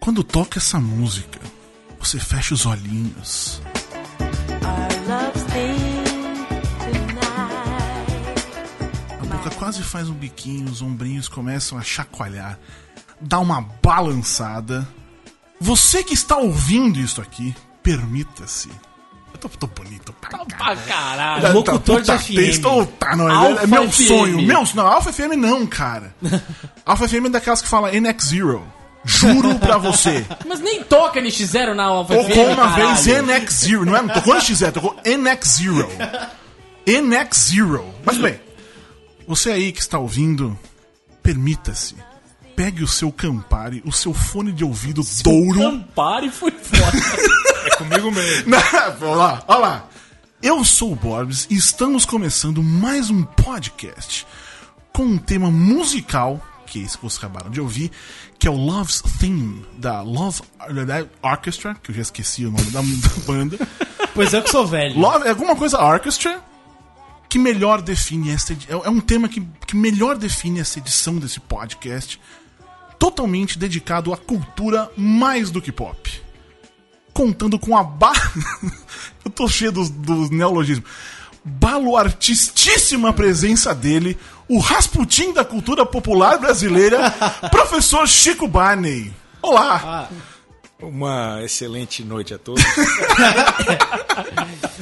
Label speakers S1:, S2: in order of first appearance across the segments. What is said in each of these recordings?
S1: Quando toca essa música, você fecha os olhinhos. A boca quase faz um biquinho, os ombrinhos começam a chacoalhar, dá uma balançada. Você que está ouvindo isso aqui, permita-se. Eu tô, tô bonito pra
S2: Pra
S1: caralho.
S2: caralho.
S1: Tá,
S2: Locutor
S1: puta
S2: de FM.
S1: texto, ô, tá, não, é-
S2: Alfa
S1: é meu
S2: FM.
S1: sonho. Meu, não, Alpha FM não, cara. Alpha FM é daquelas que fala NX Zero. Juro pra você.
S2: Mas nem toca NX0 na Alpha FM,
S1: Tocou uma
S2: caralho.
S1: vez NX Zero. Não é? Não tocou NX Zero, tocou NX Zero. NX Zero. Mas bem, você aí que está ouvindo, permita-se. Pegue o seu Campari, o seu fone de ouvido Douro.
S2: Campari foi foda.
S3: É comigo mesmo.
S1: Olha lá, olha lá. Eu sou o Borbs e estamos começando mais um podcast com um tema musical, que é esse que vocês acabaram de ouvir, que é o Love's Theme, da Love Orchestra, que eu já esqueci o nome da- da banda.
S4: Pois é, eu que sou velho.
S1: Love, é alguma coisa orchestra que melhor define essa edi- é é um tema que, que melhor define essa edição desse podcast totalmente dedicado à cultura mais do que pop contando com a ba... eu tô cheio dos, dos neologismos baluartistíssima presença dele o Rasputin da cultura popular brasileira professor Chico Barney olá
S3: Uma excelente noite a todos.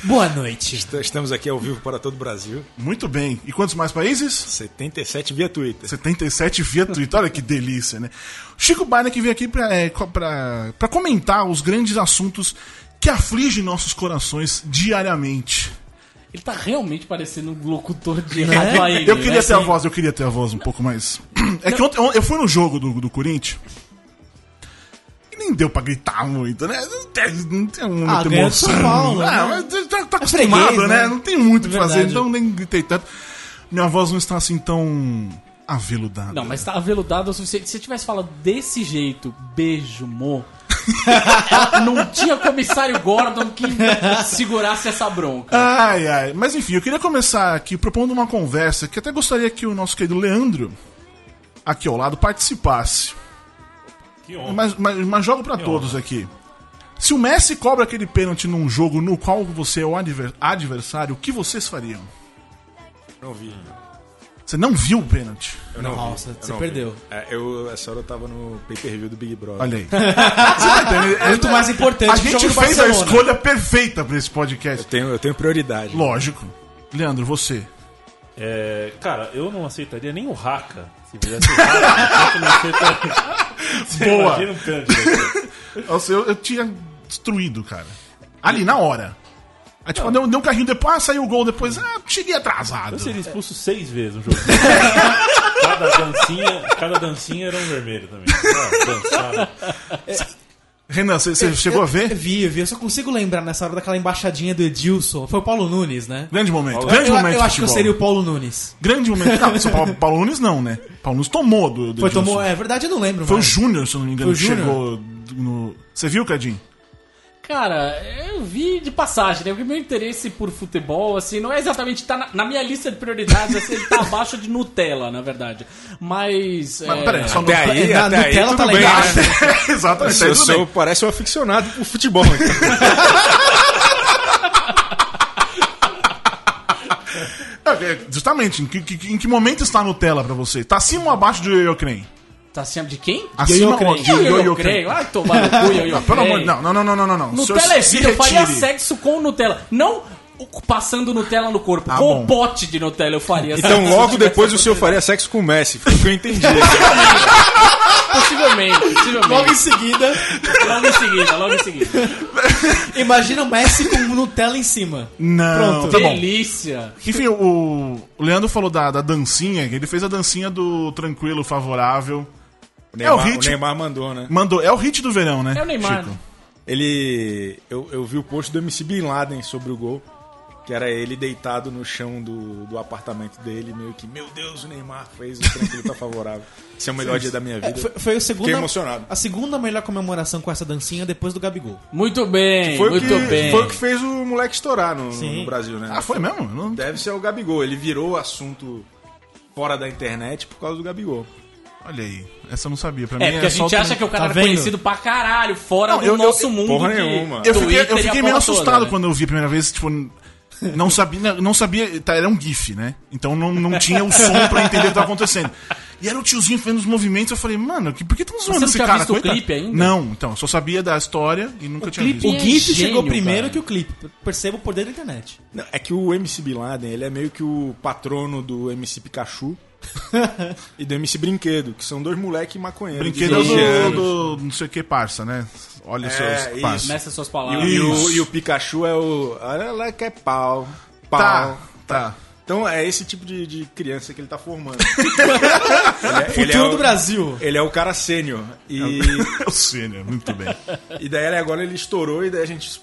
S4: Boa noite.
S3: Est- Estamos aqui ao vivo para todo o Brasil.
S1: muito bem e quantos mais países
S3: 77 via Twitter.
S1: 77 via Twitter. Olha que delícia, né? Chico Barney que veio aqui pra, eh, co- pra, pra comentar os grandes assuntos que afligem nossos corações diariamente.
S2: Ele tá realmente parecendo um locutor
S4: É?
S2: de rádio AM,
S1: eu queria
S2: né?
S4: assim.
S1: ter a voz, eu queria ter a voz um pouco mais. É que ontem eu fui no jogo do, do Corinthians. E nem deu pra gritar muito, né? Não tem, não tem muita
S4: Ah, ganhou de
S1: emoção.
S4: São Paulo,
S1: ah,
S4: né?
S1: mas tá, tá acostumado,
S4: freguês,
S1: né?
S4: né?
S1: Não tem muito o que
S4: É
S1: fazer,
S4: verdade.
S1: então nem gritei tanto. Minha voz não está assim tão aveludada.
S2: Não, mas tá aveludado o suficiente. Se você tivesse falado desse jeito, beijo, mo. não tinha comissário Gordon que segurasse essa bronca.
S1: Ai, ai. Mas enfim, eu queria começar aqui propondo uma conversa que até gostaria que o nosso querido Leandro, aqui ao lado, participasse.
S3: Que honra.
S1: Mas, mas, mas jogo pra todos aqui. Se o Messi cobra aquele pênalti num jogo no qual você é o adver- adversário, o que vocês fariam?
S3: Não vi.
S1: Você não viu o pênalti.
S3: Eu não
S4: Nossa,
S3: vi. Eu
S4: você
S3: não
S4: perdeu.
S3: vi. É, eu, essa hora eu tava no pay-per-view do Big Brother.
S1: Olha aí. Você tá entendendo?
S4: Muito mais importante
S1: A
S4: que o
S1: gente
S4: jogo do
S1: fez a
S4: Barcelona.
S1: escolha perfeita pra esse
S3: Eu
S1: podcast.
S3: tenho, eu tenho prioridade.
S1: Lógico. Leandro, você.
S5: É, cara, eu não aceitaria nem o Haka. Se fizesse o Haka, eu não aceitaria. Você
S1: Boa.
S5: Imagina um Cândido.
S1: Nossa, eu, eu tinha destruído, cara. Ali, na hora. Aí, tipo, deu, deu um carrinho depois, ah, saiu o gol depois, ah, cheguei atrasado.
S5: Eu seria expulso seis vezes no jogo. Cada dancinha, cada dancinha era um vermelho também. Ah, dançado.
S1: Renan, você você chegou a ver?
S4: Vi, eu vi. Eu só consigo lembrar nessa hora daquela embaixadinha do Edilson. Foi o Paulo Nunes, né?
S1: Grande momento, grande
S4: eu,
S1: momento.
S4: eu
S1: de
S4: acho que eu
S1: futebol.
S4: seria o Paulo Nunes.
S1: Grande momento. Não, só Paulo, Paulo Nunes não, né? Paulo Nunes tomou do, do
S4: Foi,
S1: Edilson.
S4: tomou, é verdade, eu não lembro.
S1: Foi um o
S4: mais.
S1: Júnior, se eu não me engano,
S4: Foi o
S1: que
S4: Júnior?
S1: chegou no. Você viu, Cadinho?
S2: Cara, eu vi de passagem, né? Porque meu interesse por futebol, assim, não é exatamente. Tá na, na minha lista de prioridades, assim, ele tá abaixo de Nutella, na verdade. Mas.
S1: Mas
S2: é,
S1: peraí, só
S3: Até
S1: não.
S3: aí,
S4: na
S3: até aí,
S4: Nutella
S3: tudo
S4: tá
S3: bem,
S4: legal.
S3: né?
S1: Exatamente,
S2: é
S1: tá
S3: Eu
S1: tudo bem.
S3: sou, parece um aficionado por futebol. então.
S1: É, é, Justamente, em que, que- em que momento está a Nutella pra você? Tá acima ou abaixo do Yoyocrem?
S2: Tá acima de quem?
S1: Acima
S4: Yoyocrem.
S1: ou- de
S2: eu, eu,
S1: Yoyocrem.
S2: creio. Ai, tomar no cu, eu, eu
S1: Não, Ah, Pelo
S2: creio.
S1: amor de Não, não, não, não, não, não, não.
S2: Nutella é
S1: Se
S2: vida, eu faria
S1: retire.
S2: sexo com Nutella. Não o- passando Nutella no corpo,
S1: Ah,
S2: com
S1: bom.
S2: o pote de Nutella eu faria
S3: Então
S2: sexo se
S3: logo
S2: eu
S3: depois o
S2: tivesse
S3: senhor faria sexo com o Messi. Foi o que eu
S1: É,
S3: entendi.
S2: Possivelmente, possivelmente.
S4: Logo
S2: Logo
S4: em seguida,
S2: em seguida, logo em seguida.
S4: imagina o Messi com Nutella em cima.
S1: Não,
S4: Pronto.
S1: tá bom.
S2: Delícia.
S1: Enfim, o o Leandro falou da, da dancinha, que ele fez a dancinha do Tranquilo Favorável.
S3: O Neymar, o
S1: ritmo.
S3: Neymar mandou, né?
S1: Mandou, é o hit do verão, né?
S2: É o Neymar.
S1: Chico?
S3: Ele. Eu, eu vi o post do MC Bin Laden sobre o gol. Que era ele deitado no chão do, do apartamento dele, meio que, meu Deus, o Neymar fez o tranquilo tá favorável. Esse é o melhor dia da minha
S4: É,
S3: vida.
S4: foi, foi o segundo.
S3: Fiquei emocionado.
S4: A segunda melhor comemoração com essa dancinha depois do Gabigol.
S2: Muito bem,
S3: Foi o,
S2: muito
S3: que,
S2: bem. É,
S3: foi o que fez o moleque estourar no,
S4: Sim.
S3: no Brasil, né?
S1: Ah, foi mesmo? Não-
S3: Deve ser o Gabigol. Ele virou o assunto fora da internet por causa do Gabigol.
S1: Olha aí, essa eu não sabia. Pra mim
S2: É, porque a
S1: só
S2: gente
S1: outro-
S2: acha que o cara
S4: Tá
S2: era
S4: vendo?
S2: conhecido pra caralho, fora
S1: Não,
S2: do
S1: eu- eu-
S2: nosso mundo.
S3: porra
S2: de
S3: nenhuma.
S1: Eu fiquei, eu
S2: Twitter e a
S1: fiquei meio
S2: porra toda,
S1: assustado
S2: né?
S1: quando eu vi a primeira vez, tipo. Não sabia, não sabia, tá, era um GIF, né? Então não, não tinha o som pra entender o que tava acontecendo. E era o tiozinho fazendo os movimentos, eu falei, mano, que- por que tão zoando
S2: não
S1: esse
S2: tinha
S1: cara?
S2: visto o
S1: Coitado.
S2: clipe ainda?
S1: Não, então, eu só sabia da história e nunca tinha
S2: clipe
S1: visto.
S4: O
S2: é
S4: GIF
S2: gênio,
S4: chegou primeiro
S2: cara.
S4: que o clipe. Perceba o poder da internet.
S3: Não, é que o MC Bin Laden, ele é meio que o patrono do MC Pikachu e do MC Brinquedo, que são dois moleque
S2: é
S3: maconheiros.
S1: Brinquedo
S3: de 12
S1: do,
S3: anos.
S1: do não sei o que, parça, né? Olha os
S3: É,
S1: seus
S3: isso.
S1: parça.
S2: Meça suas
S3: E,
S2: palavras.
S3: o- e o,
S1: Isso.
S3: e o Pikachu é o... Olha lá que é pau. Pau.
S1: Tá, tá.
S3: Então é esse tipo de, de criança que ele tá formando. ele é,
S4: Futuro
S3: ele é o-
S4: do Brasil.
S3: Ele é o cara sênior. E,
S1: É o Sênior, muito bem.
S3: e daí ele- agora ele estourou e daí a gente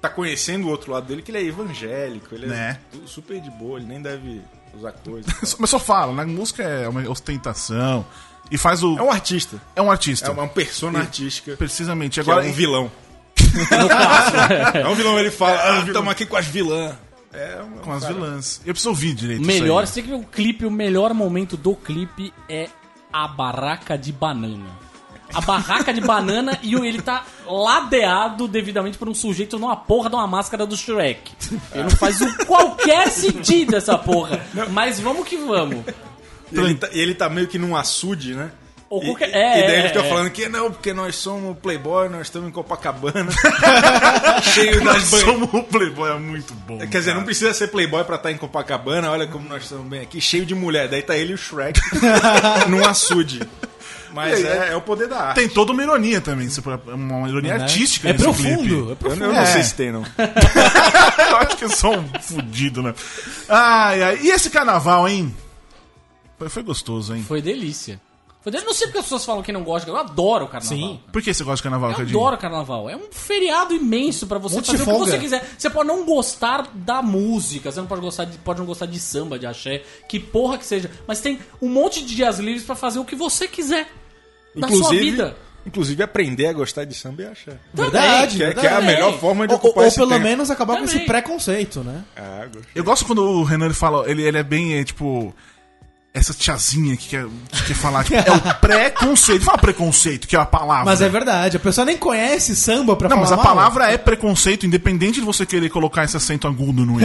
S3: tá conhecendo o outro lado dele, que ele é evangélico, ele
S1: Né.
S3: é tu- super de boa, ele nem deve usar coisa.
S1: Mas só fala, né? Música é uma ostentação. E faz o.
S3: É um artista.
S1: É um artista.
S3: É uma persona artística.
S1: Precisamente.
S3: Agora
S1: Agora,
S3: é um vilão. é um vilão, ele fala, ah, tamo aqui com as vilãs. É um,
S1: com as vilãs. Eu preciso ouvir direito. isso
S2: Melhor,
S1: aí.
S2: sei que o clipe, o melhor momento do clipe é a barraca de banana. A barraca de banana e o- ele tá ladeado devidamente por um sujeito numa porra de uma máscara do Shrek. Ele não faz o- qualquer sentido essa porra. Mas vamos que vamos.
S3: E ele, tá, e ele tá meio que num açude, né?
S2: Ou
S3: E,
S2: qualquer-
S3: e-
S2: é,
S3: e daí
S2: é,
S3: ele fica
S2: é.
S3: falando que não, porque nós somos playboy, nós estamos em Copacabana, cheio
S1: Nós
S3: das banheiras.
S1: somos o Playboy, é muito bom.
S3: Quer dizer, não
S1: cara.
S3: precisa ser playboy pra estar em Copacabana, olha como nós estamos bem aqui, cheio de mulher. Daí tá ele e o Shrek num açude. Mas
S1: E aí,
S3: é, é o poder da arte.
S1: Tem toda uma ironia também, se for uma ironia
S4: né?
S1: artística
S4: É
S1: nesse
S4: profundo,
S1: clipe.
S4: é
S3: Eu,
S4: profundo.
S3: eu não
S1: É.
S3: sei se tem, não.
S1: Eu acho que eu sou um fudido, né? Ai, ai. E esse carnaval, hein? Foi, foi gostoso, hein?
S2: Foi delícia. Foi delícia. Não sei porque as pessoas falam que não gostam. Eu adoro o carnaval.
S4: Sim.
S1: Por que você gosta de carnaval,
S2: Eu
S1: Cadinho?
S2: adoro carnaval. É um feriado imenso pra você
S4: Monte
S2: fazer
S4: de
S2: o que
S4: folga.
S2: você quiser. Você pode não gostar da música, você não pode gostar de, pode não gostar de samba, de axé, que porra que seja. Mas tem um monte de dias livres pra fazer o que você quiser da sua vida.
S3: inclusive, aprender a gostar de samba e achar.
S4: Verdade,
S3: Que é, que é
S4: verdade.
S3: a melhor forma de
S4: Ou,
S3: ocupar
S4: ou
S3: esse
S4: pelo
S3: tempo.
S4: menos acabar com
S2: Também.
S4: esse preconceito, né?
S3: Ah, gostei.
S1: Eu gosto quando o Renan ele fala, ele, ele é bem, é, tipo. Essa tiazinha que quer, que quer falar, tipo, é o preconceito. Fala preconceito, que é a palavra.
S4: Mas é verdade, a pessoa nem conhece samba pra
S1: Não,
S4: falar
S1: mas a
S4: mal.
S1: palavra é preconceito, independente de você querer colocar esse acento agudo no i.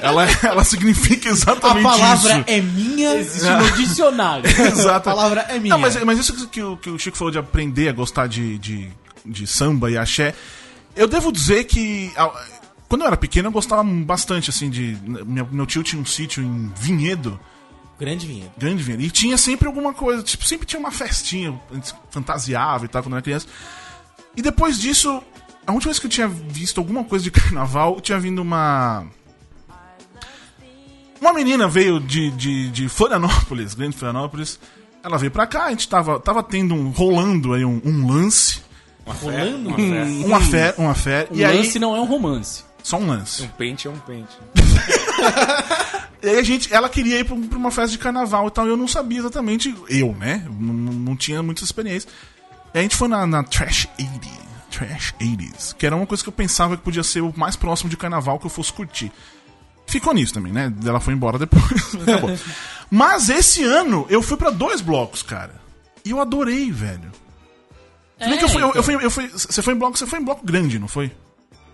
S1: ela, é, ela significa
S4: A
S1: exatamente
S4: palavra
S1: isso.
S4: é minha.
S2: Existe no dicionário.
S1: Exato.
S4: A palavra é minha.
S1: Não, mas, mas isso que o, que o Chico falou de aprender a gostar de, de, de samba e axé, eu devo dizer que. ah, Quando eu era pequeno, eu gostava bastante, assim, de. Meu, meu tio tinha um sítio em Vinhedo,
S4: Grande vinheta.
S1: grande Vinhedo, e tinha sempre alguma coisa, tipo, sempre tinha uma festinha, a gente fantasiava e tal, quando eu era criança. E depois disso, a última vez que eu tinha visto alguma coisa de carnaval, tinha vindo uma. Uma menina veio de, de, de Florianópolis, grande Florianópolis. Ela veio pra cá, a gente tava, tava tendo um. rolando aí um, um lance. um
S4: Rolando?
S1: Uma fé, uma fé.
S2: Um
S1: e aí.
S2: lance não é um romance.
S1: Só um lance.
S3: Um pente é um pente.
S1: E aí a gente, ela queria ir pra, um, pra uma festa de carnaval e tal, e eu não sabia exatamente, eu, né? Não, não- não tinha muita experiência. E a gente foi na, na Trash 80, Trash 80s, que era uma coisa que eu pensava que podia ser o mais próximo de carnaval que eu fosse curtir. Ficou nisso também, né? Ela foi embora depois, acabou. Mas esse ano eu fui pra dois blocos, cara. E eu adorei, velho. Se bem que eu fui, eu- eu fui- eu fui- você foi em bloco, você foi em bloco grande, não foi?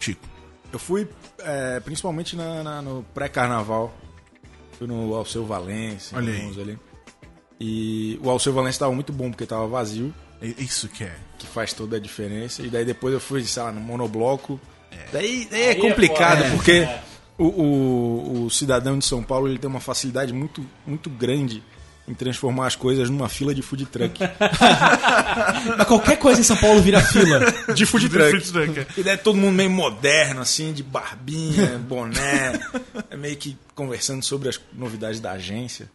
S1: Chico.
S3: Eu fui é, principalmente na- na- no pré-carnaval. Fui no Alceu Valença.
S1: Olha aí.
S3: alguns ali. E o Alceu Valença tava muito bom porque tava vazio,
S1: É Isso que é.
S3: que faz toda a diferença. E daí depois eu fui, sei lá, no monobloco. Daí, daí é complicado,
S2: foda,
S3: porque o, o- o cidadão de São Paulo ele tem uma facilidade muito, muito grande em transformar as coisas numa fila de food truck.
S4: Mas qualquer coisa em São Paulo vira fila.
S3: De food
S1: Food truck, é.
S3: E daí todo mundo meio moderno, assim, de barbinha, boné, é meio que conversando sobre as novidades da agência.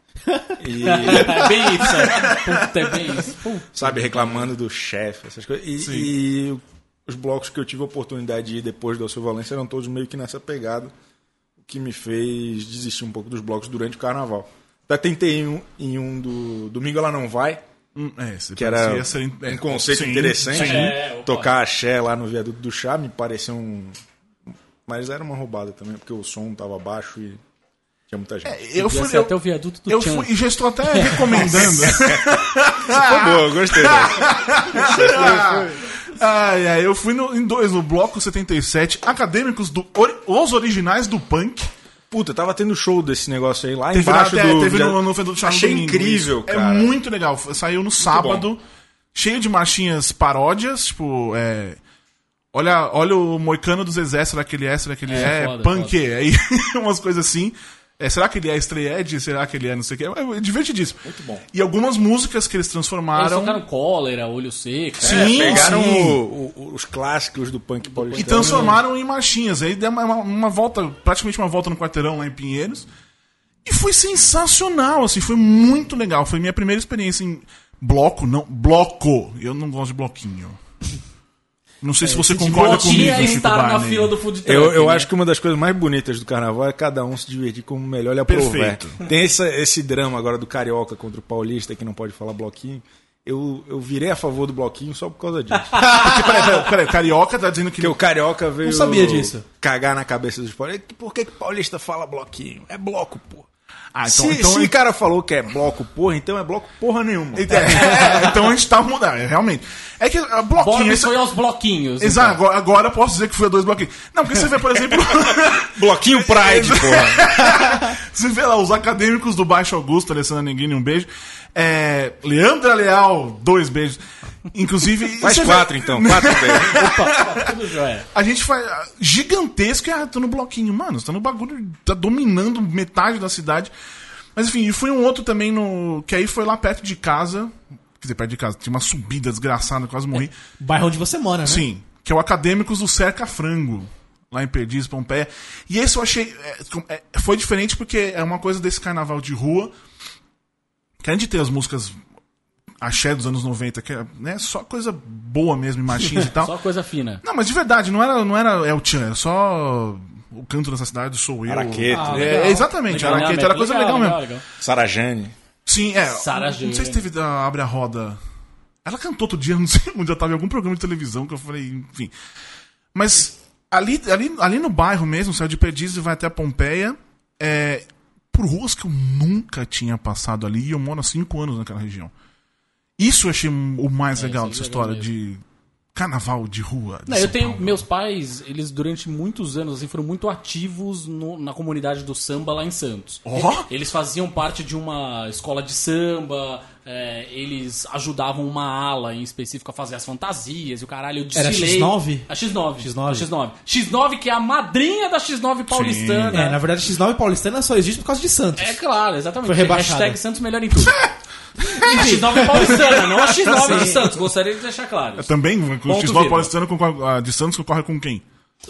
S3: E,
S2: É bem isso. é. Puta, é bem isso. Puta.
S3: sabe, reclamando do chefe, essas coisas. E,
S1: Sim.
S3: e os blocos que eu tive a oportunidade de ir depois do Alceu Valença eram todos meio que nessa pegada, o que me fez desistir um pouco dos blocos durante o carnaval. Até tentei em um, em um do Domingo Ela Não Vai,
S1: Hum, É, você
S3: que era
S1: parecia ser in- é,
S3: um conceito
S1: sim,
S3: interessante.
S1: sim.
S2: É, opa.
S3: Tocar axé lá no viaduto do chá me pareceu um. Mas era uma roubada também, porque o som tava baixo e. É muita gente.
S1: É, eu fui,
S2: Ia ser
S1: eu,
S2: até o viaduto do
S1: eu
S2: Tchan.
S1: fui- e já estou até recomendando. ah.
S3: Foi boa, eu gostei. né? dessa.
S1: ai, ai, eu fui no- em dois, no Bloco 77, acadêmicos do. ori- os originais do punk.
S3: Puta, tava tendo show desse negócio aí lá
S1: Teve, na-
S3: embaixo
S1: até-
S3: do...
S1: teve
S3: já-
S1: no, no Fedor do Chá no
S3: Achei
S1: domingo,
S3: incrível,
S1: isso.
S3: cara.
S1: É muito legal. Saiu no sábado, cheio de marchinhas paródias, tipo, é. Olha, olha o moicano do Zezé, será que ele é? Será que ele
S2: É,
S1: é?
S2: foda,
S1: Punk, aí umas coisas assim. É, será que ele é Estreed? Será que ele é não sei o que? É divertidíssimo. Muito
S3: bom.
S1: E algumas músicas que eles
S2: Eles
S1: transformaram.
S2: tocaram um cólera, olho seco.
S1: Sim,
S3: É, pegaram
S1: sim.
S3: o- o- os clássicos do punk paulistano.
S1: E transformaram em marchinhas. Aí deu uma, uma- uma volta, praticamente uma volta no quarteirão lá em Pinheiros. E foi sensacional, assim, foi muito legal. Foi minha primeira experiência em bloco, não, bloco. Eu não gosto de bloquinho. Não sei se você concorda comigo,
S2: Podia
S1: Chico
S2: estar tá na
S1: Barney.
S2: fila do food truck.
S3: Eu, eu
S2: né?
S3: acho que uma das coisas mais bonitas do carnaval é cada um se divertir como melhor lhe aprouver.
S1: Perfeito.
S3: Tem essa- esse drama agora do carioca contra o paulista que não pode falar bloquinho. Eu, eu virei a favor do bloquinho só por causa disso.
S1: Porque, Ah, tipo, peraí, peraí, peraí, Carioca tá dizendo que...
S3: Porque o carioca veio.
S4: Não sabia disso.
S3: Cagar na cabeça dos paulistas. Por que, que paulista fala bloquinho? É bloco, porra.
S1: Ah,
S3: se se o cara falou que então- é bloco, porra, então é bloco porra nenhuma.
S1: Então, é, então a gente tá mudando, é, realmente. É que ah,
S2: Bora
S1: bloquinho...
S2: me
S1: esse-
S2: sonhar os bloquinhos. então.
S1: Exato, agora, agora eu posso dizer que fui a dois bloquinhos. Não, porque você vê, por exemplo...
S3: É bloquinho Pride, porra.
S1: Você vê lá, os acadêmicos do Baixo Augusto, Alessandra Negrini, um beijo. É, Leandra Leal, dois beijos. Inclusive.
S3: Faz
S1: você vê-
S3: quatro, então. Quatro deles.
S2: Tá tudo jóia.
S1: A gente faz. ah, Gigantesco, e, ah, tô no bloquinho. Mano, você tá no bagulho, tá dominando metade da cidade. Mas enfim, e foi um outro também no. Que aí foi lá perto de casa. Quer dizer, perto de casa, tinha uma subida desgraçada, eu quase morri.
S3: É.
S4: Bairro onde você mora, né?
S1: Sim, que é o Acadêmicos do Cerca Frango, lá em Perdiz, Pompeia. E esse eu achei. é, com- é, foi diferente porque é uma coisa desse carnaval de rua. Que a gente tem as músicas axé dos anos 90, que é né, só coisa boa mesmo, em marchinhas e tal.
S2: Só coisa fina.
S1: Não, mas de verdade, não era, não era El Chan, era só. O canto dessa cidade sou eu.
S3: Araqueto.
S1: É, é, exatamente,
S2: Legal,
S1: Araqueto
S2: né?
S1: era coisa legal, mesmo.
S3: Sarajane.
S1: Sim, é.
S2: Sarah
S1: não
S2: Jane.
S1: sei se teve da Abre a Roda. Ela cantou outro dia, não sei onde eu tava, em algum programa de televisão que eu falei, enfim. Mas ali, ali, ali no bairro mesmo, saiu de Perdiz e vai até Pompeia, é, por ruas que eu nunca tinha passado ali, e eu moro há cinco anos naquela região. Isso eu achei o mais legal
S2: isso
S1: dessa
S2: é legal
S1: história de carnaval de rua. de
S2: Não, eu
S1: São
S2: tenho.
S1: Paulo.
S2: Meus pais, eles durante muitos anos assim, foram muito ativos no- na comunidade do samba lá em Santos.
S1: Ó!
S2: Eles faziam parte de uma escola de samba, é, eles ajudavam uma ala em específico a fazer as fantasias e o caralho. Eu
S4: Era
S2: desfilei-
S4: X9?
S2: A X9.
S4: X9.
S2: A X9. X9, que é a madrinha da X9 paulistana.
S4: É, na verdade, X9 paulistana só existe por causa de Santos.
S2: É claro, exatamente.
S4: Foi rebaixado.
S2: Hashtag Santos melhor em tudo. a X9 paulistana, não a X9 de Santos. Gostaria de deixar claro.
S4: É
S1: Eu também, o
S2: Ponto
S1: X9
S2: vírgula.
S1: paulistano concorre- a de Santos concorre com quem?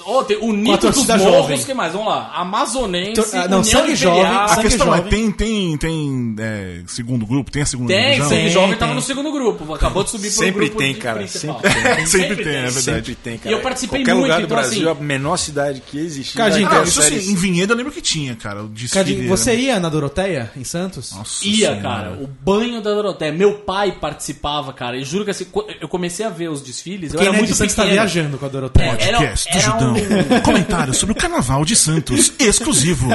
S2: Ó, tem o Nito dos
S4: torcida jovem.
S2: Morros, que mais? Vamos lá. Amazonense,
S4: Tor- ah, não,
S2: União
S4: sangue
S2: Imperial.
S4: jovem,
S1: A
S4: sangue
S1: questão é,
S4: jovem.
S1: tem, tem, tem é, segundo grupo? Tem a segunda
S2: Tem,
S1: divisão?
S2: sangue jovem tava
S4: tem.
S2: no segundo grupo. Acabou de subir pro
S3: Sempre
S2: grupo
S3: tem,
S2: de
S3: cara,
S2: principal.
S3: sempre
S1: tem. Sempre tem, é verdade.
S3: Sempre tem, né? cara.
S2: E eu participei
S3: Qualquer
S2: muito,
S3: lugar do
S2: então,
S3: Brasil,
S2: assim-
S3: a menor cidade que existe.
S4: Cadinho,
S3: vai ter
S1: Ah,
S4: Então,
S1: isso
S3: série
S1: assim, em Vinhedo eu lembro que tinha, cara. O desfile.
S4: Cadinho,
S1: era-
S4: você ia na Doroteia, em Santos?
S1: Nossa
S2: Ia,
S1: Senhora.
S2: cara, o banho da Doroteia. Meu pai participava, cara. E juro que assim, co- eu comecei a ver os desfiles,
S4: Quem
S2: eu
S4: não
S2: era
S4: é de
S2: muito
S4: Santos tá
S2: pequeno.
S4: viajando com a Doroteia.
S2: É, era-
S1: Podcast do
S2: era
S1: Judão.
S2: um-
S1: Comentário sobre o Carnaval de Santos, exclusivo.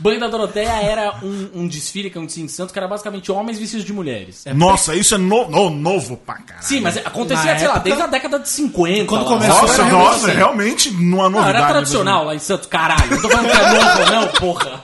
S2: Banho da Doroteia era um, um desfile que acontecia em Santos, que era basicamente homens vestidos de mulheres.
S1: Nossa, isso é no... no- novo pra caralho.
S2: Sim, mas acontecia,
S4: Na
S2: sei lá,
S4: época-
S2: desde a década de 50.
S4: Quando
S2: lá.
S4: começou,
S1: Nossa,
S4: era
S1: nossa, realmente não há
S2: Não,
S1: novidade. né?
S2: era tradicional lá em Santos, caralho. Não tô falando que é novo, não, porra.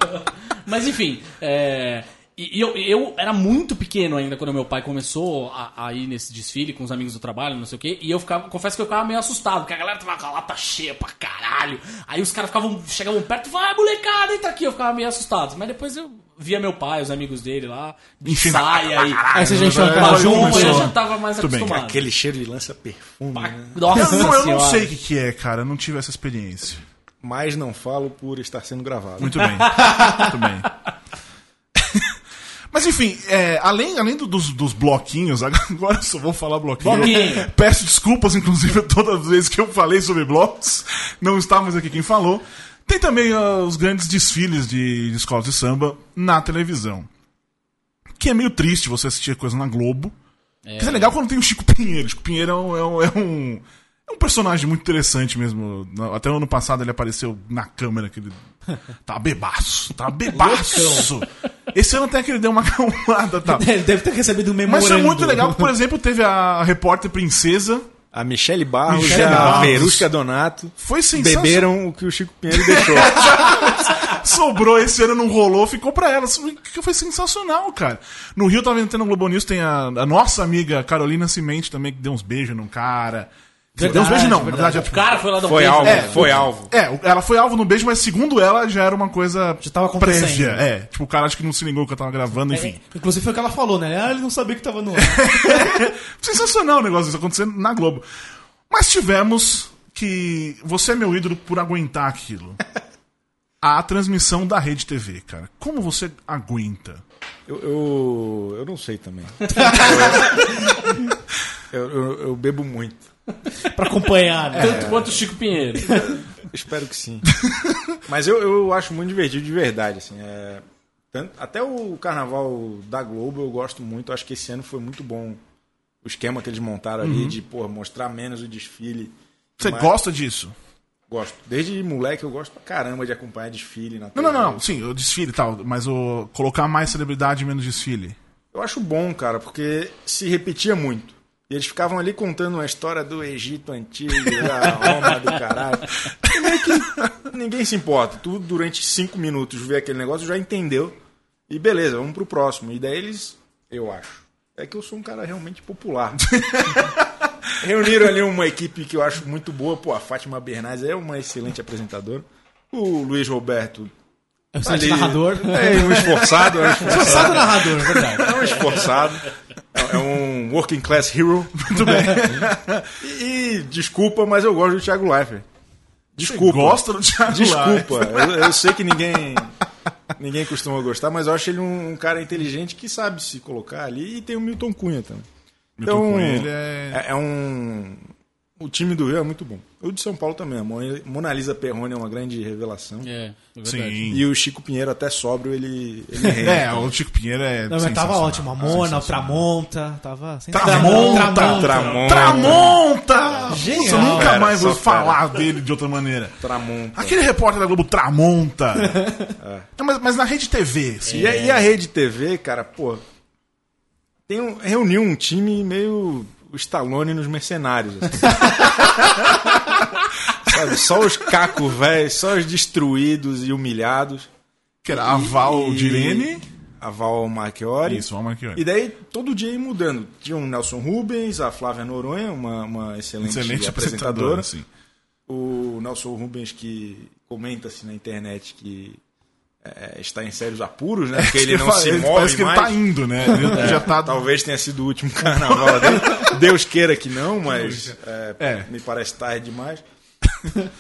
S2: Mas enfim, é, E e eu, eu era muito pequeno ainda quando meu pai começou a, a ir nesse desfile com os amigos do trabalho, não sei o quê. E eu ficava, confesso que eu ficava meio assustado, porque a galera tava com a lata cheia pra caralho. Aí os caras ficavam, chegavam perto e falavam, ah, molecada, entra aqui. Eu ficava meio assustado. Mas depois eu via meu pai, os amigos dele lá, de
S1: Enchendo a
S2: saia e.
S4: Aí você já encheu a cara
S1: Mas
S2: Bajum,
S1: uma
S2: eu
S1: pessoa.
S2: já tava mais
S1: Tudo bem.
S2: acostumado.
S3: Aquele cheiro de lança perfume, né?
S2: Nossa,
S1: Não, eu não
S2: Senhora.
S1: sei o que, que é, cara. Eu não tive essa experiência.
S3: Mas não falo por estar sendo gravado.
S1: Muito bem. Muito bem. Mas enfim, é, além, além do- dos, dos bloquinhos, agora eu só vou falar bloquinho.
S2: Bloquinho.
S1: Peço desculpas, inclusive, todas as vezes que eu falei sobre blocos. Não está mais aqui quem falou. Tem também ah, os grandes desfiles de, de escolas de samba na televisão. Que é meio triste você assistir coisa na Globo. Mas é legal quando tem o Chico Pinheiro. Chico Pinheiro é um. É um, é um- é É um personagem muito interessante mesmo. Na- Até o ano passado ele apareceu na câmera que ele. Tá bebaço, tá bebaço. Esse ano até que ele deu uma acalmada, tá?
S4: Ele deve ter recebido um
S1: Mas
S4: memorando.
S1: foi muito legal, que, por exemplo, teve a repórter princesa.
S3: A Michelle Barros
S1: Michele
S3: e a
S1: Barros.
S3: Verusca Donato
S1: Foi sensacional.
S3: beberam o que o Chico Pinheiro deixou.
S1: Sobrou esse ano, não rolou, ficou pra ela. Isso que Foi sensacional, cara. No Rio tava entrando no Globo News, tem a, a nossa amiga Carolina Cimente também, que deu uns beijos num cara. deu uns beijos não, na verdade.
S2: O cara foi lá dar um
S3: Foi
S2: beijo,
S3: alvo,
S2: né?
S3: foi alvo.
S1: É, o- ela foi alvo no beijo, mas segundo ela já era uma coisa
S4: Já tava acontecendo.
S1: prévia. É, tipo, o cara acho que não se ligou que eu tava gravando, enfim.
S4: Inclusive foi o que ela falou, né? Ah, ele não sabia que tava no ar.
S1: Sensacional o negócio isso acontecendo na Globo. Mas tivemos que. Você é meu ídolo por aguentar aquilo. A transmissão da Rede TV, cara. Como você aguenta?
S3: Eu, eu, eu não sei também. Eu, eu- eu bebo muito.
S4: pra acompanhar,
S1: É.
S4: né?
S2: Tanto quanto o Chico Pinheiro.
S3: Espero que sim. Mas eu, eu acho muito divertido de verdade. Assim, é, tanto- até o carnaval da Globo eu gosto muito. Acho que esse ano foi muito bom o esquema que eles montaram ali de porra, mostrar menos o desfile.
S1: Uhum. Você
S3: Mas-
S1: gosta disso?
S3: Gosto. Desde moleque eu gosto pra caramba de acompanhar desfile na
S1: Não, não,
S3: televisão.
S1: não, não. Sim, o desfile e tal. Mas o colocar mais celebridade e menos desfile.
S3: Eu acho bom, cara, porque se repetia muito. E eles ficavam ali contando a história do Egito antigo, da Roma, do caralho. E meio que ninguém se importa. Tu, durante cinco minutos, vê aquele negócio, já entendeu. E beleza, vamos pro próximo. E daí eles, eu acho. É que eu sou um cara realmente popular. Reuniram ali uma equipe que eu acho muito boa. Pô, a Fátima Bernardes é uma excelente apresentadora. O Luiz Roberto.
S4: É o
S3: ali-
S4: site narrador.
S3: É, um esforçado, é um esforçado.
S4: Forçado narrador, é verdade.
S3: É um esforçado. É é um working class hero. Muito bem. E, e desculpa, mas eu gosto do Thiago Leifert. Desculpa.
S1: Gosta do Thiago Leifert?
S3: Desculpa. Eu, eu sei que ninguém ninguém costuma gostar, mas eu acho ele um, um cara inteligente que sabe se colocar ali. E tem o Milton Cunha também.
S1: Milton
S3: então,
S1: Cunha, ele é-
S3: é um... O time do Rio é muito bom. O de São Paulo também. A Mon- Mona Lisa Perrone é uma grande revelação.
S2: É, é verdade.
S1: Sim.
S3: E o Chico Pinheiro, até sóbrio, ele, ele reina.
S1: É, o Chico Pinheiro é.
S4: Não, mas tava
S1: sensacional.
S4: ótimo. A Mona, o Tramonta, tava...
S1: Tramonta,
S3: Tramonta.
S1: Tramonta!
S4: Genial.
S1: Você nunca
S3: Cara,
S1: mais vou
S3: só fera.
S1: falar dele de outra maneira.
S3: Tramonta.
S1: Aquele repórter da Globo Tramonta.
S3: É.
S1: Não, mas, mas na Rede TV, assim.
S3: E, a- e a Rede TV, cara, pô, tem um- reuniu um time meio o Stallone nos mercenários. assim. Sabe, só os caco velhos, só os destruídos e humilhados.
S1: Que era a Val
S3: É. E-
S1: Direne.
S3: A Val Marchiori.
S1: Isso, um Val Marchiori.
S3: E daí, todo dia ia mudando. Tinha o Nelson Rubens, a Flávia Noronha, uma, uma excelente,
S1: Excelente apresentadora.
S3: apresentadora.
S1: Assim.
S3: O Nelson Rubens que comenta-se na internet que é, está em sérios apuros, né? Porque ele não se
S1: É, Ele
S3: move
S1: Parece que
S3: mais. É.
S1: ele tá indo, né? Ele já tá.
S3: Talvez tenha sido o último carnaval dele. Deus queira que não, mas é,
S1: É.
S3: me parece tarde demais.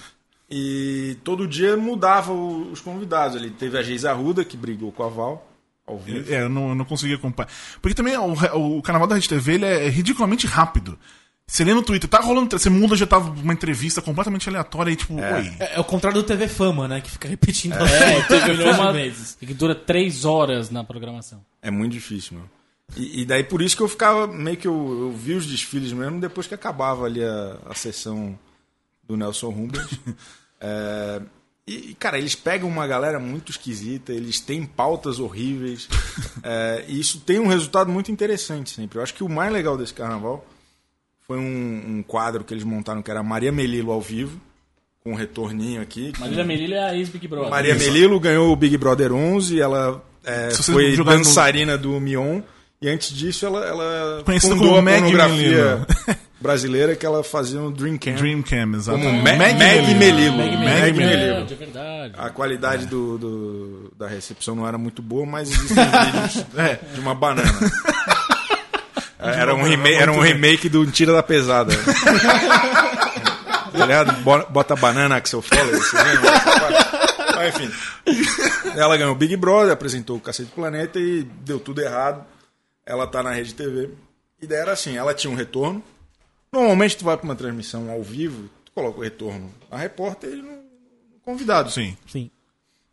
S3: E todo dia mudava o- os convidados. Ele teve a Geisa Arruda, que brigou com a Val, ao vivo.
S1: É, eu não, eu não consegui acompanhar. Porque também é o, re- o carnaval da Rede TV ele é ridiculamente rápido. Você lê no Twitter, tá rolando. tre- Você muda, já tava uma entrevista completamente aleatória e tipo, oi.
S4: É, é o contrário do TV Fama, né? Que fica repetindo.
S2: É, teve uma
S4: vezes.
S2: que dura três horas na programação.
S3: É muito difícil, meu. E, e daí por isso que eu ficava meio que eu, eu vi os desfiles mesmo depois que acabava ali a, a sessão do Nelson Rubens. É, e, e, cara, eles pegam uma galera muito esquisita, eles têm pautas horríveis. é, e isso tem um resultado muito interessante sempre. Eu acho que o mais legal desse carnaval foi um, um quadro que eles montaram que era Maria Melilo ao vivo, com um retorninho aqui. que-
S2: Marília Melilla é a ex-Big Brother.
S3: Maria Melilo ganhou o Big Brother 11, ela é,
S1: Se vocês
S3: foi
S1: jogarem no-
S3: dançarina do Mion, e antes disso ela, ela
S1: Conhecida
S3: fundou
S1: como
S3: a
S1: Maggie
S3: pornografia
S1: Melilo.
S3: brasileira que ela fazia no Dream Camp.
S1: Dream Cam, exato.
S3: Como Ma- Maggie Melilo.
S1: Maggie
S3: Maggie
S2: é
S1: Melilo.
S2: verdade, é verdade.
S3: A qualidade do, do- da recepção não era muito boa, mas existem vídeos né, de uma banana. Era um, remake, era um remake do Tira da Pesada. tá ligado? Bo- Bota banana, Axel Foley. você lembra? Mas, enfim. Ela ganhou o Big Brother, apresentou o Cacete do Planeta e deu tudo errado. Ela tá na rede TV. E daí era assim, ela tinha um retorno. Normalmente tu vai pra uma transmissão ao vivo, tu coloca o retorno a repórter e no convidado
S1: Sim.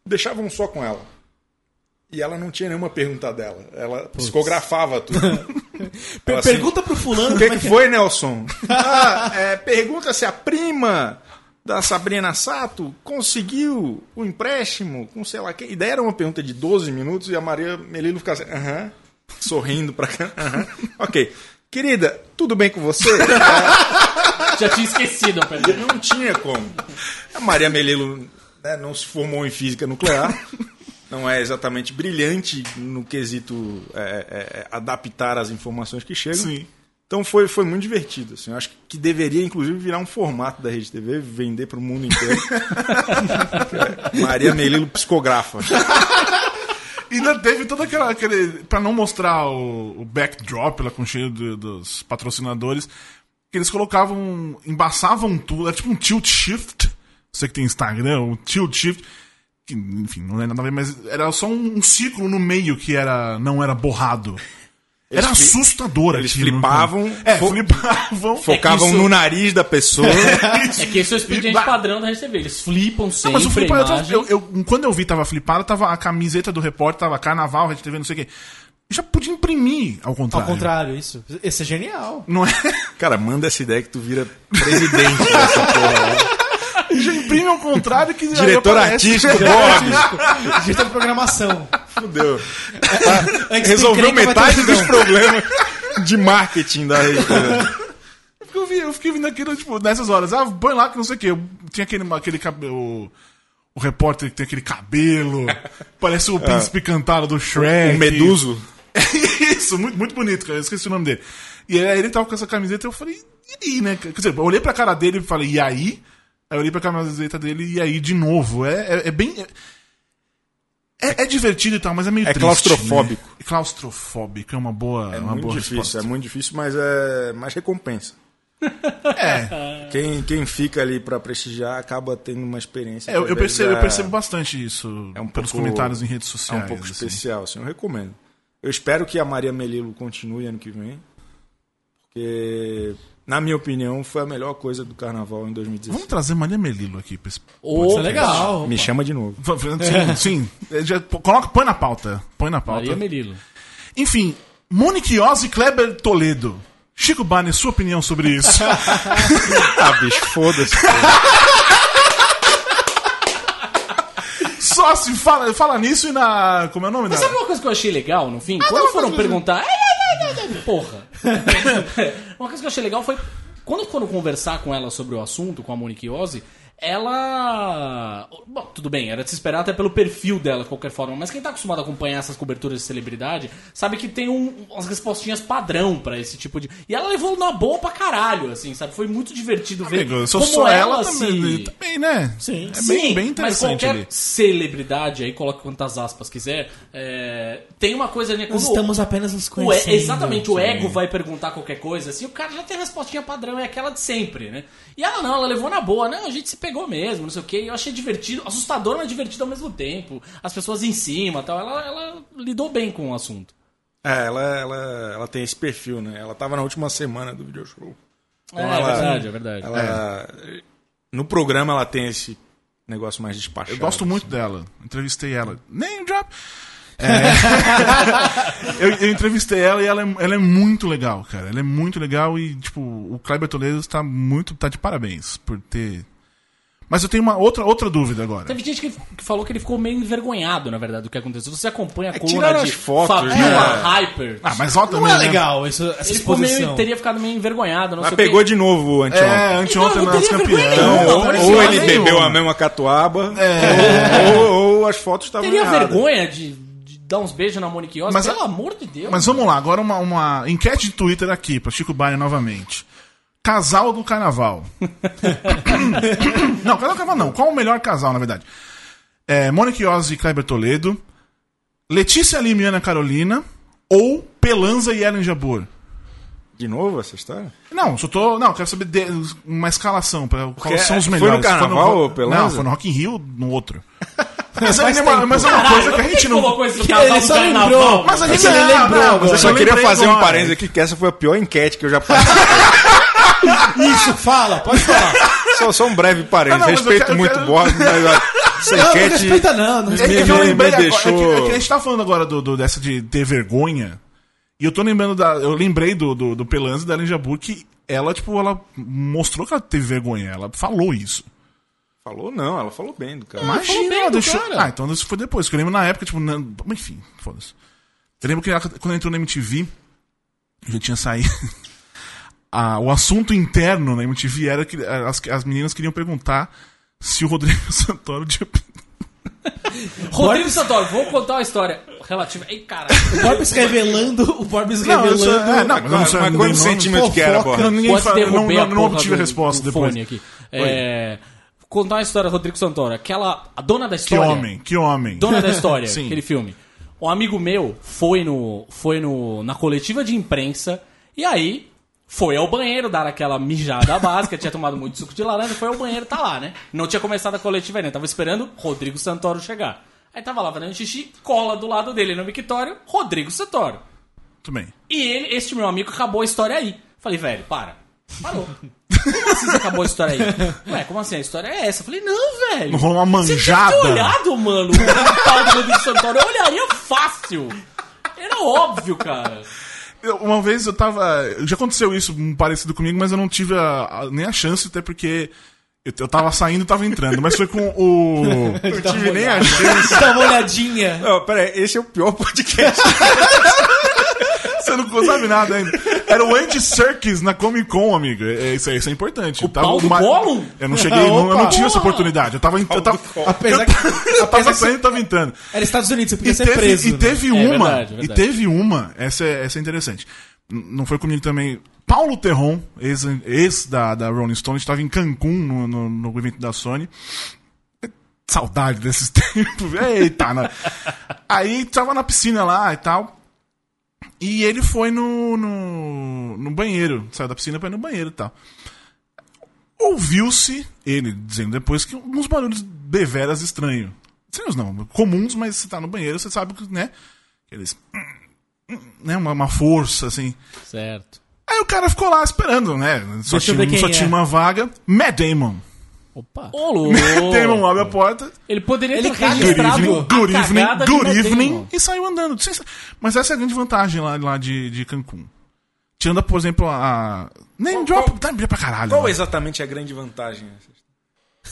S3: deixavam só com ela. E ela não tinha nenhuma pergunta dela. Ela psicografava tudo.
S4: Per-
S3: assim-
S4: Pergunta pro fulano
S3: O que, que foi, Nelson? Ah, é, pergunta se a prima da Sabrina Sato conseguiu o empréstimo com sei lá quem. E daí era uma pergunta de 12 minutos e a Maria Melilo ficava assim, aham, sorrindo pra cá. aham. Ok. Querida, tudo bem com você?
S2: Já tinha esquecido, eu perdi.
S3: Não tinha como. A Maria Melilo né, não se formou em física nuclear. Não é exatamente brilhante no quesito é, é, é, adaptar as informações que chegam.
S1: Sim.
S3: Então foi, foi muito divertido. Assim. Eu acho que deveria, inclusive, virar um formato da Rede TV, vender para o mundo inteiro. Maria Melilo psicografa.
S1: E ainda teve toda aquela. Aquele, pra não mostrar o, o backdrop lá com cheio de- dos patrocinadores, que eles colocavam. embaçavam tudo. Era tipo um tilt shift. Você que tem Instagram, um tilt shift. Que, enfim, não é nada a ver, mas era só um, um círculo no meio que era, não era borrado. era
S3: Eles fli-
S1: assustador
S3: eles
S1: aquilo, cara.
S3: flipavam,
S1: É,
S3: fo-
S1: flipavam.
S3: Focavam
S2: isso-
S3: no nariz da pessoa.
S2: É que esse é o expediente
S1: Ba-
S2: padrão da RedeTV. Eles flipam
S1: Não,
S2: sempre.
S1: mas o flipado,
S2: a
S1: eu tava-
S2: imagem.
S1: eu, eu- quando eu vi, tava flipado, tava a camiseta do repórter, tava carnaval, Rede TV, não sei o quê. Já podia imprimir, ao
S4: Ao
S1: contrário.
S4: contrário, isso. Esse é genial.
S1: Não é?
S3: Cara, manda essa ideia que tu vira presidente dessa porra. né?
S1: Já imprime ao contrário que. aí
S3: Diretor
S1: aparece-
S3: artístico,
S4: Bob. Direito de programação.
S3: Fudeu.
S4: Antes
S3: Resolveu
S4: tem crente, vai ter um
S3: metade dos
S4: visão.
S3: problemas de marketing da Rede
S1: É,
S3: TV.
S1: Porque eu, vi, eu fiquei vindo aquilo, tipo, nessas horas. Ah, põe lá que não sei o quê. Eu Tinha aquele, aquele cabelo. O repórter que tem aquele cabelo. Parece o príncipe cantado do Shrek.
S3: É. O Meduso.
S1: Isso, muito, muito bonito, cara. Eu esqueci o nome dele. E aí ele tava com essa camiseta e eu falei, e aí, né? Quer dizer, eu olhei pra cara dele e falei, e aí? Aí eu olhei pra camiseta dele e aí de novo. É, é, é bem. É, é divertido e tal, mas é meio
S3: É
S1: triste.
S3: claustrofóbico.
S1: né? É Claustrofóbico, é uma boa.
S3: É
S1: uma
S3: muito
S1: boa
S3: difícil,
S1: resposta.
S3: é muito difícil, mas é mais recompensa. é. Quem, quem fica ali pra prestigiar acaba tendo uma experiência.
S1: É, eu, eu
S3: através
S1: percebo, eu
S3: da-
S1: percebo bastante isso
S3: É um
S1: pelos
S3: pouco-
S1: comentários em redes
S3: É
S1: sociais.
S3: um pouco
S1: assim.
S3: especial, assim, eu recomendo. Eu espero que a Maria Melilo continue ano que vem, porque, na minha opinião, foi a melhor coisa do carnaval em 2016.
S1: Vamos trazer Maria Melilo aqui pra esse.
S2: Ô,
S4: Isso é legal.
S3: Me chama de novo.
S1: Sim, sim. É, já- coloca, põe na pauta. Põe na pauta.
S2: Maria Melilo.
S1: Enfim, Monique Oz e Kleber Toledo. Chico Barney, sua opinião sobre isso?
S3: Ah, bicho, foda-se.
S1: Só se fala, fala nisso e na. Como é o nome
S2: Mas
S1: da.
S2: sabe uma coisa que eu achei legal, no fim? Quando foram perguntar. "Ai, ai, ai, ai, ai", Porra! uma coisa que eu achei legal foi. Quando foram conversar com ela sobre o assunto, com a Monique Ozzy, ela. Bom, tudo bem, era de se esperar até pelo perfil dela, de qualquer forma, mas quem tá acostumado a acompanhar essas coberturas de celebridade sabe que tem um, umas respostinhas padrão pra esse tipo de. E ela levou na boa pra caralho, assim, sabe? Foi muito divertido ver.
S1: Amigo, eu sou
S2: como
S1: só ela,
S2: se-
S1: também, também, né?
S4: Sim.
S1: É bem, bem interessante
S2: mas qualquer
S1: ali.
S2: celebridade, aí coloca quantas aspas quiser, é, tem uma coisa ali...
S4: Nós
S2: quando
S4: estamos apenas nos
S2: o e-
S4: conhecendo. é. né?
S2: exatamente, o ego vai perguntar qualquer coisa, assim, o cara já tem a respostinha padrão, é aquela de sempre, né? E ela não, ela levou na boa, não, a gente se pegou mesmo, não sei o que, eu achei divertido, assustador, mas divertido ao mesmo tempo, as pessoas em cima e tal, ela, ela lidou bem com o assunto.
S3: É, ela, ela, ela tem esse perfil, né? Ela tava na última semana do video show. Então
S2: É,
S3: ela-
S2: verdade, é verdade.
S3: Ela,
S1: É.
S3: No programa ela tem esse negócio mais despachado. assim.
S1: Eu gosto muito dela. Entrevistei ela. Name drop. É. eu, eu entrevistei ela e ela é, ela é muito legal, cara. Ela é muito legal e, tipo, o Kleber Toledo está muito. tá de parabéns por ter. Mas eu tenho uma outra, outra dúvida agora.
S2: Teve gente que, que falou que ele ficou meio envergonhado, na verdade, do que aconteceu. Você acompanha a
S3: É,
S2: coluna
S3: tiraram
S2: de
S3: as fotos,
S2: Fabiola
S3: né?
S2: Hyper.
S1: Ah, mas ó,
S4: Não
S1: também. né?
S4: é legal isso, essa
S2: Ele ficou Tipo, meio,
S4: exposição.
S2: teria ficado meio envergonhado, não
S3: Mas
S2: sei
S3: pegou
S2: o quê.
S3: de novo anteontem.
S1: É, anteontem
S2: Então, não
S1: nós
S2: teria vergonha
S1: campeão.
S2: nenhuma,
S1: Ou-
S2: olha
S3: Ou
S2: só,
S3: ele
S2: nenhuma.
S3: bebeu a mesma catuaba,
S1: É.
S3: ou, ou- ou as fotos estavam
S2: Teria
S3: erradas.
S2: vergonha de, de dar uns beijos na Monique Oz?
S1: Mas
S2: Pelo
S1: a-
S2: amor de Deus.
S1: Mas vamos lá, agora uma, uma enquete de Twitter aqui pra Chico Barney novamente. Casal do carnaval. não, casal do carnaval não. Qual o melhor casal, na verdade? É, Mônica Iose e Kleber Toledo. Letícia Lima e Ana Carolina. Ou Pelanza e Ellen Jabor.
S3: De novo essa história?
S1: Não, só tô. Não, quero saber de- uma escalação. Pra, quais são os
S3: é? foi no
S1: melhores.
S3: carnaval,
S1: Ro-
S3: ô, Pelanza?
S1: Não, foi no Rock in Rio, no outro. Mas,
S4: Faz
S1: é, uma,
S4: tempo.
S1: mas é uma
S2: Caralho,
S1: coisa que a
S2: por
S1: gente não.
S2: colocou isso no
S4: Que
S2: casal
S4: ele
S2: do
S4: só
S2: carnaval?
S4: lembrou.
S1: Mas a
S4: É
S1: gente
S4: que ele
S1: não-
S4: lembrou
S1: não,
S4: agora.
S1: mas
S3: Eu só
S1: Eu
S3: queria
S1: lembrei
S3: fazer um
S1: agora.
S3: parênteses aqui, que essa foi a pior enquete que eu já passei.
S4: Isso, fala, pode falar.
S3: só, só um breve parênteses.
S1: Ah, não, mas eu
S3: Respeito
S1: quero- eu
S3: muito
S1: quero-
S3: Bob, mas ó, essa
S4: Não, não
S3: enquete...
S4: respeita não.
S1: É
S4: não respeita.
S1: que eu
S3: Me- me
S1: lembrei agora, é que-
S3: deixou-
S1: é que a gente tá falando agora do, do- dessa de ter vergonha. E eu tô lembrando da. Eu lembrei do, do, do Pelanzi da Ninja Book. Ela, tipo, ela mostrou que ela teve vergonha. Ela falou isso.
S3: Falou não, ela falou bem do cara.
S1: Imagina,
S2: bem
S1: ela
S2: do
S1: deixou.
S2: cara.
S1: Ah, então isso foi depois. Que eu lembro na época, tipo, na- enfim, foda-se. Eu lembro que ela- quando ela entrou na MTV, já tinha saído. Ah, o assunto interno na MTV era que as, as meninas queriam perguntar se o Rodrigo Santoro tinha.
S2: Rodrigo Santoro, vou contar uma história relativa. Ei, caralho.
S4: O Borbs revelando, o Borbs revelando.
S1: é, não, mas eu não
S3: Mas
S1: sei,
S3: mas
S1: não
S3: quantos
S1: dei nome.
S3: centímetros que era,
S1: Fofoca.
S3: porra?
S1: Ninguém
S2: Pode
S1: fala-
S2: derruber
S1: não-
S2: a
S1: não
S2: porra
S1: obtive
S2: do-
S1: resposta
S2: do
S1: depois.
S2: Fone aqui. É, contar uma história, Rodrigo Santoro. Aquela. A dona da
S1: Que
S2: história.
S1: homem, que homem.
S2: Dona da história,
S1: Sim.
S2: aquele filme. Um amigo meu foi no. Foi no. na coletiva de imprensa e aí foi ao banheiro dar aquela mijada básica, tinha tomado muito suco de laranja, foi ao banheiro, tá lá, né? Não tinha começado a coletiva ainda, tava esperando Rodrigo Santoro chegar. Aí tava lá fazendo xixi, cola do lado dele no mictório, Rodrigo Santoro.
S1: Muito bem.
S2: E ele, este meu amigo, acabou a história aí. Falei, velho, para. Parou. Como assim você acabou a história aí? Ué, como assim? A história é essa? Falei, não, velho.
S1: Não rolou uma
S2: Você
S1: manjada?
S2: tinha olhado, mano, o pau do Rodrigo Santoro. Eu olharia fácil. Era óbvio, cara.
S1: Eu- uma vez eu tava. Já aconteceu isso um parecido comigo, mas eu não tive a- a- nem a chance, até porque eu, eu tava saindo e tava entrando. Mas foi com o.
S3: Eu não
S1: tá
S3: tive nem a
S4: Dá uma olhadinha.
S3: Não, pera aí, esse é o pior podcast.
S1: Você não sabe nada ainda. Era o Andy Serkis na Comic Con, amigo. É, isso, aí, isso é importante. O
S2: pau do Gollum?
S1: Eu não cheguei, não- eu não
S4: Opa!
S1: tive essa oportunidade. Eu tava. Eu tava,
S4: Apesar que.
S1: eu tava
S4: Apesar que
S1: saindo e tava entrando.
S4: era Estados Unidos, você podia
S1: E
S4: ser
S1: teve,
S4: preso.
S1: e
S4: né?
S1: teve
S2: É
S1: uma.
S2: verdade, é
S1: e
S2: verdade.
S1: teve uma. Essa é, essa é interessante. N- Não foi comigo também. Paulo Terron, ex, ex da, da Rolling Stone, estava em Cancún no, no, no evento da Sony. É Saudade desses tempos. Eita, né? Aí tava na piscina lá e tal. E ele foi no, no, no banheiro. Saiu da piscina pra ir no banheiro e tal. Ouviu-se ele dizendo depois que uns barulhos deveras estranhos. Estranhos não, comuns, mas você tá no banheiro, você sabe que, né? Aqueles. Né, uma, uma força, assim.
S2: Certo.
S1: Aí o cara ficou lá esperando, né? Só,
S4: Deixa eu
S1: tinha,
S4: ver quem
S1: só
S4: é.
S1: tinha uma vaga. Matt Damon.
S2: Opa.
S1: Matt Damon abre a porta.
S2: Ele poderia
S4: Ele
S2: ter
S4: caiu.
S1: Good
S2: registrado
S1: evening, good
S2: a
S1: evening,
S2: cagada de
S1: good
S2: Matt
S1: evening,
S2: Damon.
S1: e saiu andando. Sem- Mas essa é a grande vantagem lá, lá de, de Cancún. Tirando, por exemplo, a. Name drop, tá pra caralho.
S3: Qual
S1: né?
S3: exatamente é a grande vantagem?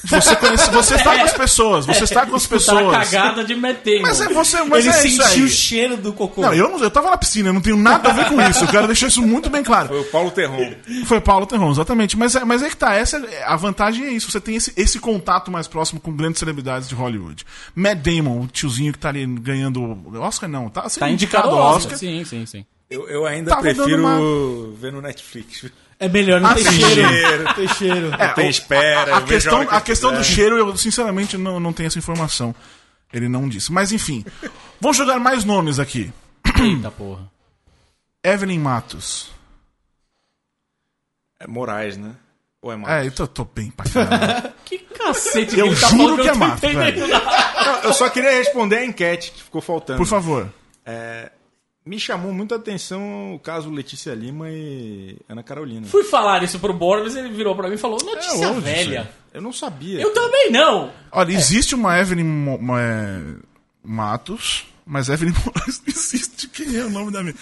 S1: Você, conhece, você tá com as pessoas, você está com as
S2: Tá a
S1: pessoas.
S2: É. cagada de Matt Damon.
S1: Mas é você, mas
S4: Ele
S1: é isso
S4: sentiu o
S1: aí.
S4: cheiro do cocô.
S1: Não, eu não, eu tava na piscina, eu não tenho nada a ver com isso. Eu quero deixar isso muito bem claro.
S3: Foi o Paulo Terron.
S1: Foi Paulo Terron, exatamente. Mas é, mas é que tá, essa é- a vantagem é isso. Você tem esse, esse contato mais próximo com grandes celebridades de Hollywood. Matt Damon, o tiozinho que tá ali ganhando Oscar, não, tá sendo
S2: Tá indicado ao Oscar. Sim, sim, sim.
S3: Eu, eu ainda
S1: Tava dando
S3: prefiro
S1: uma-
S3: ver no Netflix.
S4: É melhor, não
S1: Ah,
S4: tem
S1: sim.
S4: cheiro. Não tem cheiro.
S1: É,
S3: tem
S1: o-
S3: espera,
S1: A, a
S3: eu vejo a
S1: questão,
S3: hora que
S1: a
S3: eu
S1: questão do
S3: quiser.
S1: cheiro, eu sinceramente não, não tenho essa informação. Ele não disse. Mas enfim, vou jogar mais nomes aqui.
S2: Eita porra.
S1: Evelyn Matos.
S3: É Moraes, né? Ou é Moraes?
S1: É, eu tô, tô bem pra caralho.
S2: Que cacete
S1: Eu
S2: ele tá
S1: juro
S2: falando
S1: que é
S2: eu não
S1: mato,
S2: tô
S1: velho.
S2: entendendo nada.
S3: Não, eu só queria responder a enquete que ficou faltando.
S1: É. Por favor.
S3: Me chamou muita atenção o caso Letícia Lima e Ana Carolina.
S2: Fui falar isso pro Borbs, ele virou pra mim e falou: notícia
S1: É hoje,
S2: velha.
S3: Eu não sabia.
S2: Eu também não.
S1: Olha,
S4: É.
S1: existe uma Evelyn Mo- Mo- é, Matos, mas Evelyn Moraes não existe. Quem é o nome da minha?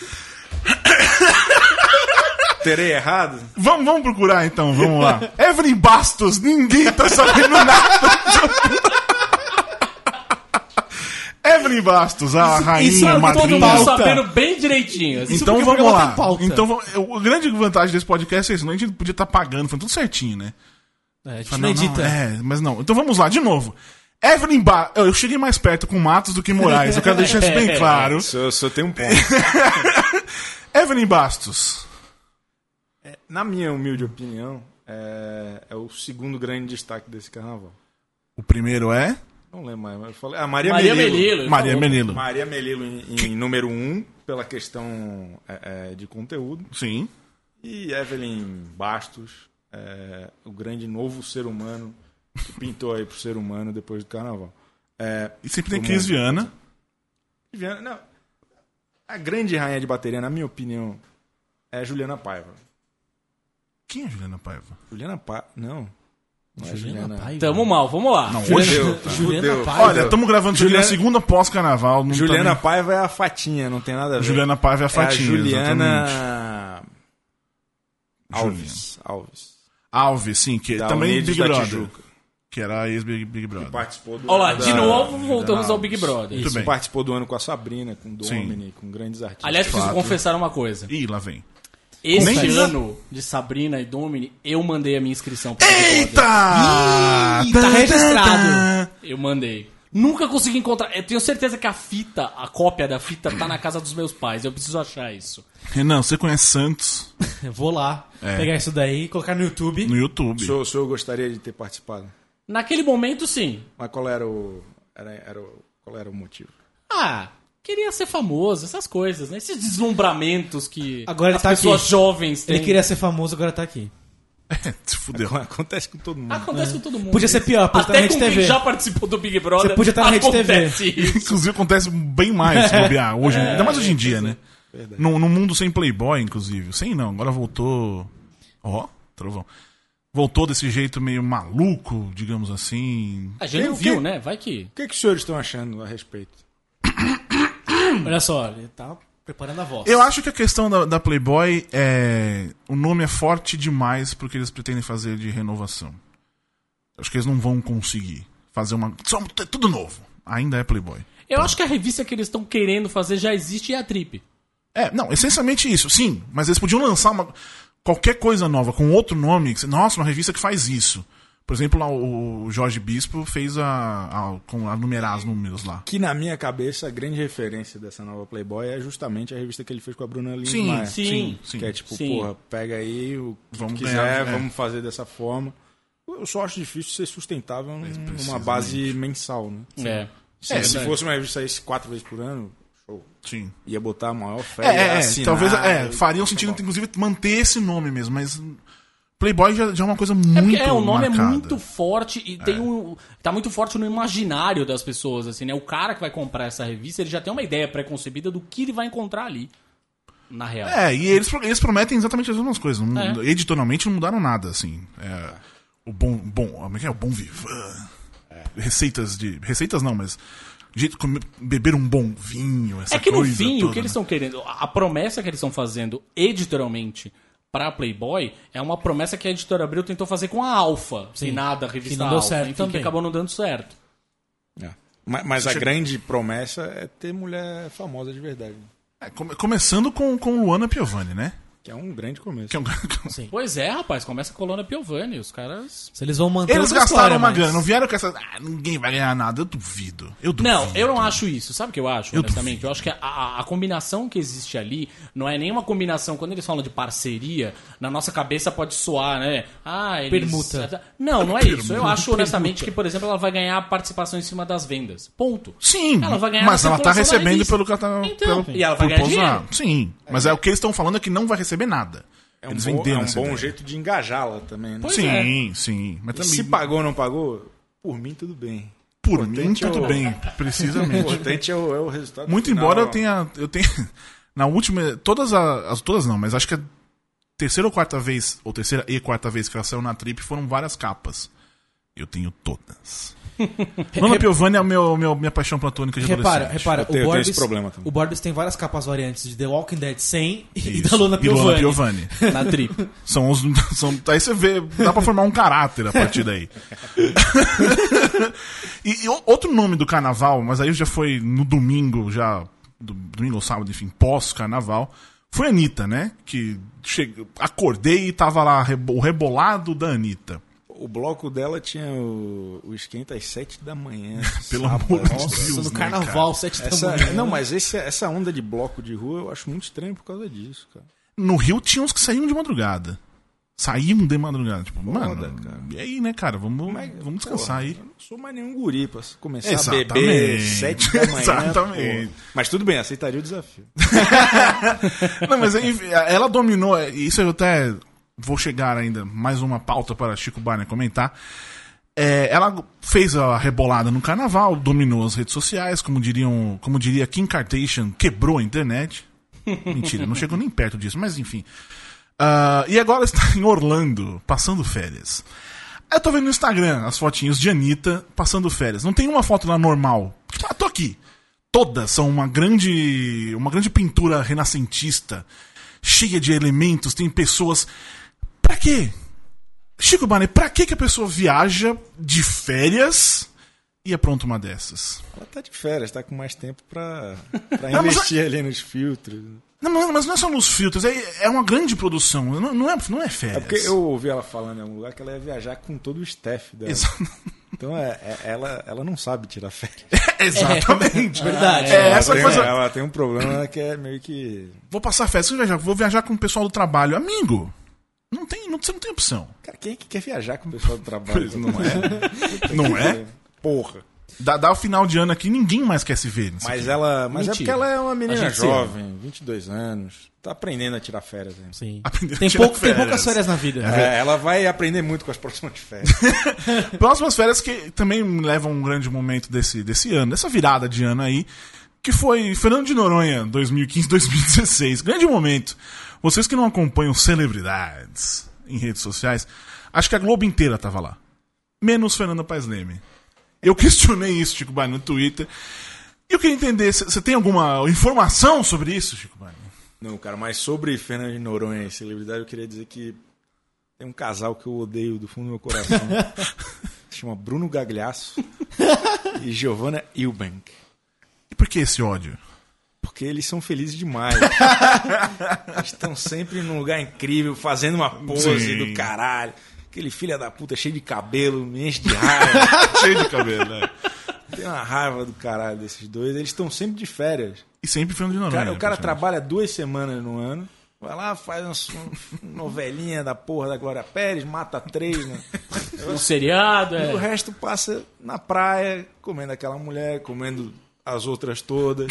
S3: Terei errado?
S1: Vamos, vamos procurar então, vamos lá. Evelyn Bastos, ninguém tá sabendo nada. Evelyn Bastos, a rainha
S4: isso é o que todo
S1: madrinha.
S2: Todo mundo
S4: Pauta.
S2: sabendo bem direitinho. assim.
S1: Então
S4: porque é o
S1: vamos
S4: programa
S1: lá.
S4: tem pauta.
S1: Então, vamos- eu- a grande vantagem desse podcast é isso. né? A gente podia estar pagando, foi tudo certinho, né?
S4: É, a gente
S1: Fala,
S4: não
S1: não,
S4: edita.
S1: não, é, mas não. Então vamos lá, de novo. Evelyn Ba... Eu eu cheguei mais perto com Matos do que Moraes. Eu quero deixar isso bem claro.
S3: Só, só tem um ponto.
S1: Evelyn Bastos.
S3: Na minha humilde opinião, é, é o segundo grande destaque desse carnaval.
S1: O primeiro é
S3: Não lembro mais, mas eu falei. A Maria,
S2: Maria
S3: Melilo.
S2: Melilo. ele
S1: Maria
S2: falou.
S1: Menino.
S3: Maria Melilo em, em número um, pela questão é, é, de conteúdo.
S1: Sim.
S3: E Evelyn Bastos, é, o grande novo ser humano que pintou aí pro ser humano depois do carnaval. É,
S1: E sempre tem
S3: Do
S1: Cris
S3: mundo.
S1: Viana.
S3: Juliana- não, a grande rainha de bateria, na minha opinião, é Juliana Paiva.
S1: Quem é Juliana Paiva?
S3: Juliana Paiva. Não. Não é Juliana.
S4: Paiva.
S2: Tamo mal, vamos lá.
S3: Fudeu, tá? Fudeu.
S1: Olha, estamos gravando isso aqui na
S3: Juliana-
S1: segunda pós-carnaval. não tá
S3: Juliana
S1: nem-
S3: Paiva é a fatinha, não tem nada a ver.
S1: Juliana Paiva é a fatinha,
S3: É a
S1: exatamente.
S3: Juliana Alves. Alves.
S1: Alves, sim, que
S3: Da
S1: também é
S3: Unidos
S1: Big
S3: da
S1: Brother.
S3: Tijuca.
S1: Que era a ex-Big Big Brother.
S3: Participou do
S2: Olha lá,
S3: da-
S2: de novo voltamos ao Big Brother.
S1: Muito bem.
S3: Participou do ano com a Sabrina, com o Domini, com grandes artistas.
S2: Aliás, preciso
S1: Fato. é
S2: confessar uma coisa.
S1: Ih, lá vem.
S2: Esse
S1: Confessa.
S2: ano de Sabrina e Domini, eu mandei a minha inscrição pro Big
S1: Eita!
S2: Brother.
S1: Tan,
S2: Tá
S1: tan,
S2: registrado.
S1: tan.
S2: Eu mandei. Nunca consegui encontrar. Eu tenho certeza que a fita, a cópia da fita, tá na casa dos meus pais. Eu preciso achar isso.
S1: Renan, você conhece Santos
S4: Eu Vou lá
S1: É.
S4: pegar isso daí, colocar no YouTube.
S1: no YouTube.
S3: O senhor, o senhor gostaria de ter participado?
S2: Naquele momento, sim.
S3: Mas qual era o. Era, era o qual era o motivo?
S2: Ah, queria ser famoso, essas coisas, né? Esses deslumbramentos que
S4: Agora ele
S2: as
S4: tá
S2: pessoas
S4: aqui.
S2: jovens têm.
S4: Ele queria ser famoso, agora tá aqui.
S1: É, Se fudeu.
S3: Acontece com todo mundo.
S2: Acontece com todo mundo.
S4: é. Podia ser pior, podia estar na
S2: Até com
S4: Rede
S2: quem
S4: TV.
S2: já participou do Big Brother.
S4: Você podia estar na Rede TV.
S2: acontece isso.
S1: Inclusive acontece bem mais, se bobear, hoje, ainda mais hoje em dia, né? Num, num mundo sem Playboy, inclusive. Sem não, agora voltou. Ó, trovão. Voltou desse jeito meio maluco, digamos assim.
S2: A gente
S3: Quem-
S2: não viu,
S3: quem-
S2: né? Vai que.
S3: O que, que os senhores estão achando a respeito?
S4: Olha só, ele tá preparando a voz.
S1: Eu acho que a questão da, da Playboy é. O nome é forte demais pro que eles pretendem fazer de renovação. Acho que eles não vão conseguir fazer uma. Só, é tudo novo. Ainda é Playboy.
S2: Eu acho que a revista que eles estão querendo fazer já existe e é a Trip.
S1: É, não, essencialmente isso, sim. Mas eles podiam lançar uma, qualquer coisa nova com outro nome. que você- Nossa, uma revista que faz isso. Por exemplo, lá o o Jorge Bispo fez a, a, com a numerar os números lá.
S3: Que na minha cabeça a grande referência dessa nova Playboy é justamente a revista que ele fez com a Bruna Lindmeier.
S2: sim.
S3: Que é tipo,
S2: Sim.
S3: porra, pega aí o que
S1: Vamos
S3: quiser,
S1: ganhar, é.
S3: vamos fazer dessa forma. Eu só acho difícil ser sustentável numa
S1: precisamente.
S3: base mensal, né?
S2: É.
S3: É, se
S1: verdade.
S3: fosse uma revista saísse quatro vezes por ano, show.
S1: Sim.
S3: Ia botar a maior fé.
S1: É, é, é,
S3: assinar,
S1: talvez é,
S3: e-
S1: faria um
S3: tá
S1: sentido,
S3: bom.
S1: inclusive, manter esse nome mesmo, mas Playboy já, já é uma coisa
S2: É
S1: muito.
S2: porque é, o nome
S1: marcada.
S2: é muito forte e tem um. Tá muito forte no imaginário das pessoas, assim, né? O cara que vai comprar essa revista, ele já tem uma ideia pré-concebida do que ele vai encontrar ali. Na real.
S1: É, e eles, pro- eles prometem exatamente as mesmas coisas. Não-
S2: É.
S1: Editorialmente não mudaram nada, assim. É, o bom. bom como é que é? O bom vivan.
S3: É.
S1: Receitas de. Receitas não, mas. Jeito de comer- beber um bom vinho, essa
S2: É que no
S1: coisa
S2: fim,
S1: toda,
S2: o que eles
S1: né?
S2: estão querendo, a a promessa que eles estão fazendo editorialmente pra Playboy é uma promessa que a editora Abril tentou fazer com a Alfa, sem nada, a revista
S4: que não deu
S2: Alfa,
S4: certo
S2: enfim, que
S4: também.
S2: acabou não dando certo.
S3: É. Mas, mas a grande promessa é ter mulher famosa de verdade. né?
S1: É, come- começando com, com Luana Piovani, né?
S3: Que é um grande começo.
S1: Que é um-
S2: Pois é, rapaz, começa a coluna Piovani, os caras.
S4: Se eles vão manter
S1: Eles
S4: outra
S1: gastaram
S4: história,
S1: uma
S4: mas-
S1: grana, não vieram com essa. Ah, ninguém vai ganhar nada, eu duvido. Eu duvido.
S2: Não, eu não acho isso. Sabe o que eu acho,
S1: Eu
S2: honestamente? Eu acho que a, a- a combinação que existe ali não é nenhuma combinação. Quando eles falam de parceria, na nossa cabeça pode soar, né? Ah, eles...
S4: Permuta.
S2: Não, não é isso. Eu acho, honestamente, que, por exemplo, ela vai ganhar a participação em cima das vendas. Ponto.
S1: Sim,
S2: Ela vai ganhar
S1: mas
S2: na
S1: ela tá
S2: circulação da
S1: recebendo
S2: revista.
S1: pelo catálogo.
S2: Então,
S1: pelo,
S2: e ela vai
S1: por
S2: ganhar
S1: pousar.
S2: dinheiro.
S1: Sim, mas é, o que eles estão falando é que não vai receber nada.
S3: É um
S1: eles
S3: bom, é
S1: venderam
S3: um
S1: essa
S3: bom
S1: ideia.
S3: jeito de engajá-la também, né?
S2: Pois
S1: Sim, sim. Mas também,
S3: Se pagou ou não pagou, por mim tudo bem.
S1: por mim,
S3: importante é
S1: tudo
S3: o-
S1: bem.
S3: O
S1: Precisamente.
S3: importante é o, é o resultado.
S1: Muito
S3: final.
S1: embora eu tenha. Eu tenha na última. Todas a- as. Todas não, mas acho que a terceira ou quarta vez, ou terceira e quarta vez que ela saiu na trip foram várias capas. Eu tenho todas. Mano Piovani é o meu, meu, minha paixão platônica de
S4: Repara,
S1: adolescente.
S4: repara,
S3: Eu tenho- eu
S4: o
S3: tenho
S4: Borbis,
S3: esse problema também.
S4: o Borbis tem várias capas variantes de The Walking Dead 100 e
S1: Isso.
S4: da Luna
S1: E Luana
S4: Piovani.
S1: Piovani.
S2: Na trip.
S1: São os. São, aí você vê, dá pra formar um caráter a partir daí. e, e o- outro nome do carnaval, mas aí já foi no domingo, já. do- domingo ou sábado, enfim, pós-carnaval, foi a Anitta, né? Que che- acordei e tava lá rebo- o rebolado da Anitta.
S3: O bloco dela tinha o, o esquenta às 7 da manhã.
S1: Pelo
S3: sábado.
S1: amor de
S3: Nossa.
S1: Deus.
S4: Isso no
S1: né,
S4: carnaval, 7 da
S3: Essa,
S4: manhã.
S3: É não, mas esse- essa onda de bloco de rua eu acho muito estranho por causa disso, cara.
S1: No Rio tinha uns que saíam de madrugada. Saíam de madrugada. Tipo, mano,
S3: cara.
S1: e aí, né, cara? Vamos, vamos descansar
S3: Porra,
S1: aí.
S3: Eu não sou mais nenhum guri pra começar
S1: Exatamente.
S3: a beber 7 da manhã.
S1: Exatamente.
S3: porra. Mas tudo bem, aceitaria o desafio.
S1: Não, mas aí, enfim, ela dominou. é, Isso eu até vou chegar ainda. Mais uma pauta para Chico Barney comentar. É, ela fez a rebolada no carnaval, dominou as redes sociais, como diriam, como diria Kim Kardashian, quebrou a internet. Mentira, não chegou nem perto disso, mas enfim. Ah, e agora está em Orlando, passando férias. Aí eu tô vendo no Instagram as fotinhos de Anitta passando férias. Não tem uma foto lá normal. Tipo, ah, tô aqui. Todas são uma grande. uma grande pintura renascentista, cheia de elementos, tem pessoas. Pra quê? Chico Barney, pra que que a pessoa viaja de férias e apronta uma dessas?
S3: Ela tá de férias, tá com mais tempo pra, pra
S1: Não, mas
S3: investir ali nos filtros.
S1: Não, mas- mas não é só nos filtros, é, é uma grande produção, não, não é, não é férias.
S3: É porque eu ouvi ela falando em algum lugar que ela ia viajar com todo o staff dela.
S1: Exa-
S3: Então é, é- ela, ela não sabe tirar férias.
S1: Exatamente.
S4: Verdade.
S1: É,
S3: ela,
S1: essa
S3: tem,
S1: coisa.
S3: ela tem um problema que é meio que.
S1: Vou passar férias, vou viajar, vou viajar com o pessoal do trabalho. Amigo, não tem, não, você não tem opção.
S3: Cara, quem é que quer viajar com o pessoal do trabalho?
S1: Pois, não é? Não é?
S3: Porra.
S1: Dá, dá o final de ano aqui, ninguém mais quer se ver. nisso.
S3: Mas ela. Mas
S2: Mentira.
S3: é porque ela é uma menina
S2: gente se
S3: jovem, 22 anos. Tá aprendendo a tirar férias ainda.
S4: Sim.
S1: Aprendeu a
S4: Tem,
S1: tirar
S4: pouco, tem
S1: férias.
S4: poucas férias na vida.
S3: É, ela vai aprender muito com as próximas férias.
S1: Próximas férias que também me levam a um grande momento desse, desse ano, dessa virada de ano aí, que foi Fernando de Noronha, 2015-2016. Grande momento. Vocês que não acompanham celebridades em redes sociais, acho que a Globo inteira tava lá. Menos Fernanda Paes Leme. Eu questionei isso, Chico Barney, no Twitter. E eu queria entender, você tem alguma informação sobre isso, Chico Barney?
S3: Não, cara, mas sobre Fernando de Noronha e celebridade, eu queria dizer que tem um casal que eu odeio do fundo do meu coração. chama Bruno Gagliasso e Giovanna Eubank.
S1: E por que esse ódio?
S3: Porque eles são felizes demais. eles estão sempre num lugar incrível, fazendo uma pose
S1: Sim.
S3: do caralho. Aquele filho da puta cheio de cabelo, me enche de raiva.
S1: Cheio de cabelo, né?
S3: Tem uma raiva do caralho desses dois. Eles estão sempre de férias.
S1: E sempre Fernando de Noronha.
S3: Cara, o cara
S1: praticamente.
S3: trabalha duas semanas no ano, vai lá, faz uns- uma novelinha da porra da Glória Pérez, mata três, né?
S2: Um seriado,
S3: E o
S2: é.
S3: resto passa na praia, comendo aquela mulher, comendo as outras todas.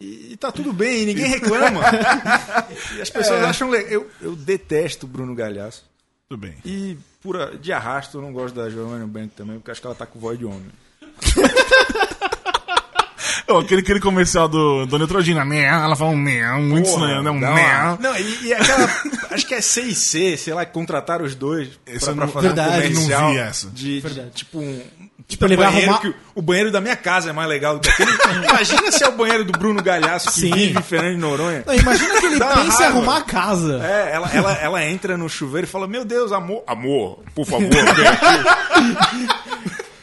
S3: E, e tá tudo bem, e ninguém reclama. E as pessoas
S1: É.
S3: acham legal. Eu, eu detesto o Bruno Galhaço.
S1: Tudo bem.
S3: E pura, de arrasto eu não gosto da Giovanna Bank também, porque acho que ela tá com voz de homem.
S1: Ô, aquele, aquele comercial do, do Neutrogena, né? Ela fala um né, muito
S3: Porra,
S1: estranho, né? Um
S3: dá uma-
S1: né.
S3: Não, e, e aquela. acho que é C&C, sei lá, que contrataram os dois
S1: Essa eu
S3: pra, pra
S1: não-
S3: fazer
S4: Verdade.
S3: um comercial.
S1: Não vi essa.
S3: De, de, tipo um.
S4: Tipo, ele vai
S3: banheiro
S4: arrumar-
S3: que o- o banheiro da minha casa é mais legal do que aquele. Imagina se é o banheiro do Bruno Galhaço que
S4: Sim.
S3: vive em Fernando de Noronha.
S4: Não, imagina que ele
S3: Dá uma
S4: pensa em
S3: raiva.
S4: arrumar a casa.
S3: É, ela, ela, ela entra no chuveiro e fala: Meu Deus, amor, amor, por favor, né? vem aqui."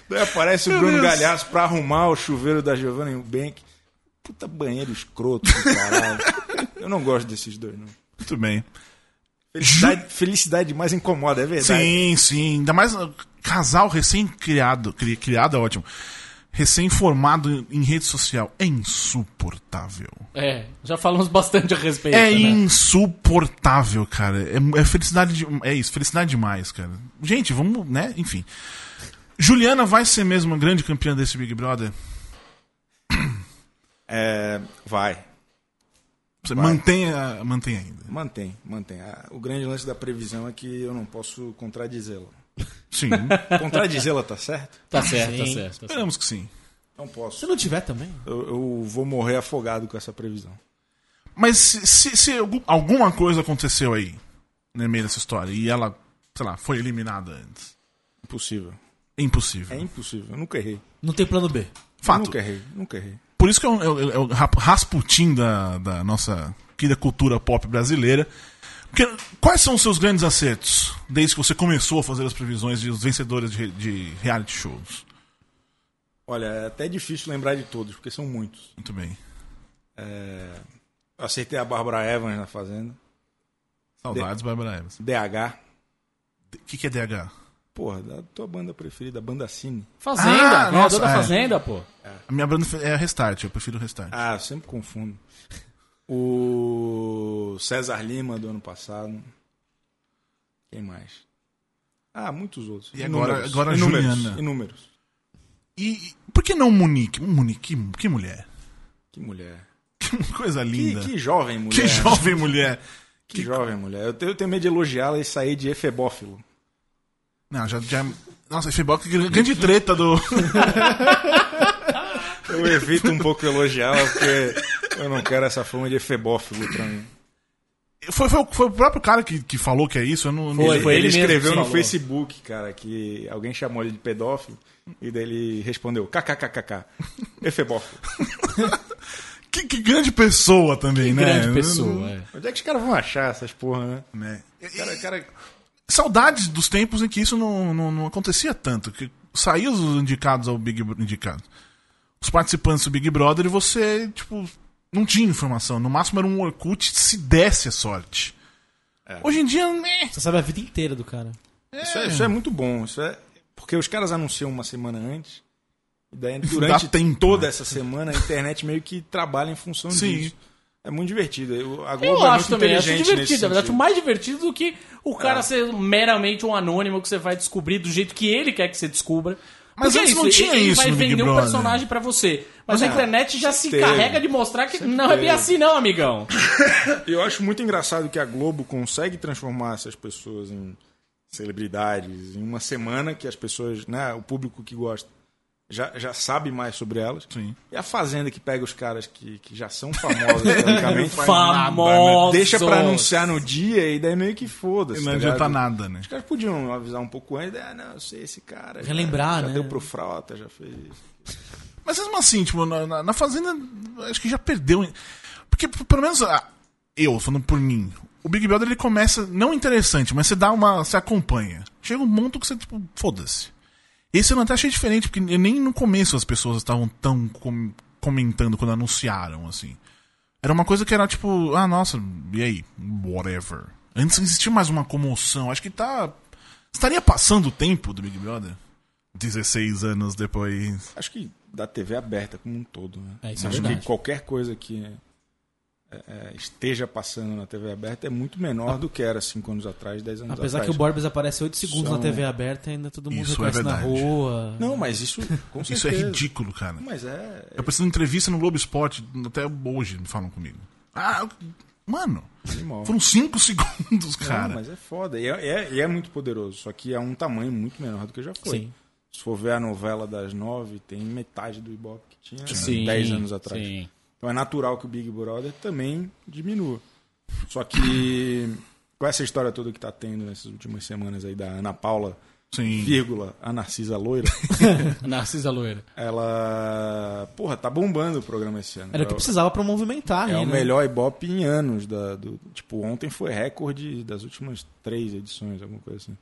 S3: Daí aparece o Bruno Galhaço pra arrumar o chuveiro da Giovanna Bank. Puta banheiro escroto do caralho. Eu não gosto desses dois, não.
S1: Muito bem.
S3: Felicidade, felicidade mais incomoda, é verdade.
S1: Sim, sim. Ainda mais uh, casal recém-criado. cri- Criado é ótimo. Recém-formado em rede social. É insuportável.
S2: É, já falamos bastante a respeito.
S1: É
S2: né?
S1: insuportável, cara. É, é felicidade de, É isso, felicidade demais, cara. Gente, vamos, né? Enfim. Juliana vai ser mesmo a grande campeã desse Big Brother?
S3: É, vai.
S1: Você mantenha, mantenha ainda.
S3: Mantém, mantém. Ah, O grande lance da previsão é que eu não posso contradizê-la.
S1: Sim.
S3: Contradizê-la tá certo?
S2: Tá certo, tá certo. tá certo.
S1: Esperamos que sim.
S3: Não
S4: Se
S3: posso.
S4: não tiver também.
S3: Eu, eu vou morrer afogado com essa previsão.
S1: Mas se, se- se algu- alguma coisa aconteceu aí, no meio dessa história, e ela, sei lá, foi eliminada antes.
S3: Impossível.
S1: É impossível.
S3: É impossível. Eu nunca errei.
S4: Não tem plano B.
S1: Fato.
S3: Nunca errei. Nunca errei.
S1: Por isso que é o, é o- é o rap- Rasputin da, da nossa querida cultura pop brasileira. Porque quais são os seus grandes acertos desde que você começou a fazer as previsões dos vencedores de, re- de reality shows?
S3: Olha, é até difícil lembrar de todos, porque são muitos.
S1: Muito bem.
S3: É, Acertei a Bárbara Evans na Fazenda.
S1: Saudades, Bárbara Evans.
S3: DH.
S1: O que, que é DH?
S3: Porra, da tua banda preferida, a banda Cine.
S2: Fazenda,
S1: Ah,
S2: né?
S1: nossa,
S2: Toda
S1: é.
S2: Fazenda, pô.
S1: A minha banda é a Restart, eu prefiro o Restart.
S3: Ah, eu sempre confundo. O César Lima do ano passado. Quem mais? Ah, muitos outros.
S1: E agora- agora a
S3: inúmeros,
S1: Juliana.
S3: Inúmeros.
S1: E por que não Monique? Monique, que, que mulher.
S3: Que mulher.
S1: Que coisa
S3: Que,
S1: linda.
S3: que jovem mulher.
S1: Que
S3: né?
S1: jovem mulher.
S3: Que jovem mulher. Eu tenho, eu tenho medo de elogiá-la e sair de efebófilo.
S1: Não, já. já... Nossa, Efebol, que grande treta do.
S3: Eu evito um pouco elogiá-la porque eu não quero essa fama de efebófilo pra mim.
S1: Foi, foi, foi o próprio cara que, que falou que é isso, eu não.
S2: Foi,
S1: não-
S2: foi.
S3: ele
S2: ele mesmo
S3: escreveu
S2: que
S3: no
S2: falou.
S3: Facebook, cara, que alguém chamou ele de pedófilo e daí ele respondeu kkkk. Efebófilo.
S1: Que, que grande pessoa também, né?
S2: Grande pessoa, é.
S3: Onde é que os caras vão achar essas porra, né?
S1: Né?
S3: Cara, cara,
S1: Saudades dos tempos em que isso não, não, não acontecia tanto. Que saíam os indicados ao Big Brother. Indicados. Os participantes do Big Brother e você, tipo, não tinha informação. No máximo era um Orkut se desse a sorte.
S3: É.
S1: Hoje em dia, né?
S4: Você sabe a vida inteira do cara.
S3: Isso, é, isso é muito bom. Isso é porque os caras anunciam uma semana antes. E daí,
S1: Dá
S3: durante
S1: tempo,
S3: toda
S1: né?
S3: essa semana, a internet meio que trabalha em função
S1: Sim.
S3: disso. É muito divertido. Eu, a
S2: Eu
S3: Globo é
S2: acho
S3: muito
S2: também, acho
S3: inteligente nesse
S2: divertido. Na verdade,
S3: sentido.
S2: acho mais divertido do que o cara ser meramente um anônimo que você vai descobrir do jeito que ele quer que você descubra.
S1: Mas
S2: Porque é
S1: antes não tinha
S2: ele, ele
S1: isso
S2: vai
S1: no Big
S2: vender um
S1: Brother.
S2: personagem pra você. Mas a internet já se
S3: teve.
S2: carrega de mostrar que não é bem
S3: teve.
S2: assim, não, amigão.
S3: Eu acho muito engraçado que a Globo consegue transformar essas pessoas em celebridades em uma semana que as pessoas, né, o público que gosta já, já sabe mais sobre elas.
S1: Sim.
S3: E a Fazenda que pega os caras que, que já são famosos, teoricamente, faz nada, né?
S2: Famosos.
S3: deixa pra anunciar no dia e daí meio que foda-se.
S1: Não
S3: tá
S1: adianta
S3: ligado?
S1: nada, né?
S3: Os caras podiam avisar um pouco antes, ah, não, eu sei esse cara. já-
S4: Relembrar,
S3: já
S4: né?
S3: deu pro frota, já fez isso.
S1: Mas mesmo assim, tipo, na, na- na Fazenda, acho que já perdeu. Porque, p- pelo menos, ah, eu, falando por mim, o Big Brother ele começa, não interessante, mas você dá uma. Você acompanha. Chega um ponto que você, tipo, foda-se. Esse eu até achei diferente, porque nem no começo as pessoas estavam tão com- comentando quando anunciaram, assim. Era uma coisa que era tipo, ah, nossa, e aí? Whatever. Antes existia mais uma comoção. Acho que tá. Estaria passando o tempo do Big Brother? 16 anos depois.
S3: Acho que da TV aberta como um todo, né?
S4: É, isso é
S3: Acho
S4: verdade.
S3: que qualquer coisa que é, é, esteja passando na TV aberta é muito menor do que era cinco anos atrás, 10 anos
S4: Apesar
S3: atrás.
S4: que o Borbes aparece 8 segundos
S3: São-
S4: na TV aberta e ainda todo mundo
S1: Isso é
S4: reconhece na
S1: verdade.
S4: rua.
S3: Não, mas isso, com certeza.
S1: Isso é ridículo, cara.
S3: Mas é...
S1: Eu preciso de entrevista no Globo Esporte, até hoje me falam comigo. Ah, mano,
S3: Animal.
S1: foram 5 segundos, cara.
S3: Não, mas é foda. E é, é- e é muito poderoso, só que é um tamanho muito menor do que já foi.
S4: Sim.
S3: Se for ver a novela das nove, tem metade do Ibope que tinha
S2: Sim,
S3: 10 anos atrás.
S2: sim.
S3: Então é natural que o Big Brother também diminua. Só que com essa história toda que tá tendo nessas últimas semanas aí da Ana Paula,
S1: Sim.
S3: vírgula, a Narcisa Loira,
S2: Narcisa Loira.
S3: ela. Porra, tá bombando o programa esse ano.
S4: Era o que
S3: É
S4: precisava pra movimentar,
S3: é
S4: né?
S3: o melhor Ibope em anos. Da, do, tipo, ontem foi recorde das últimas três edições, alguma coisa assim.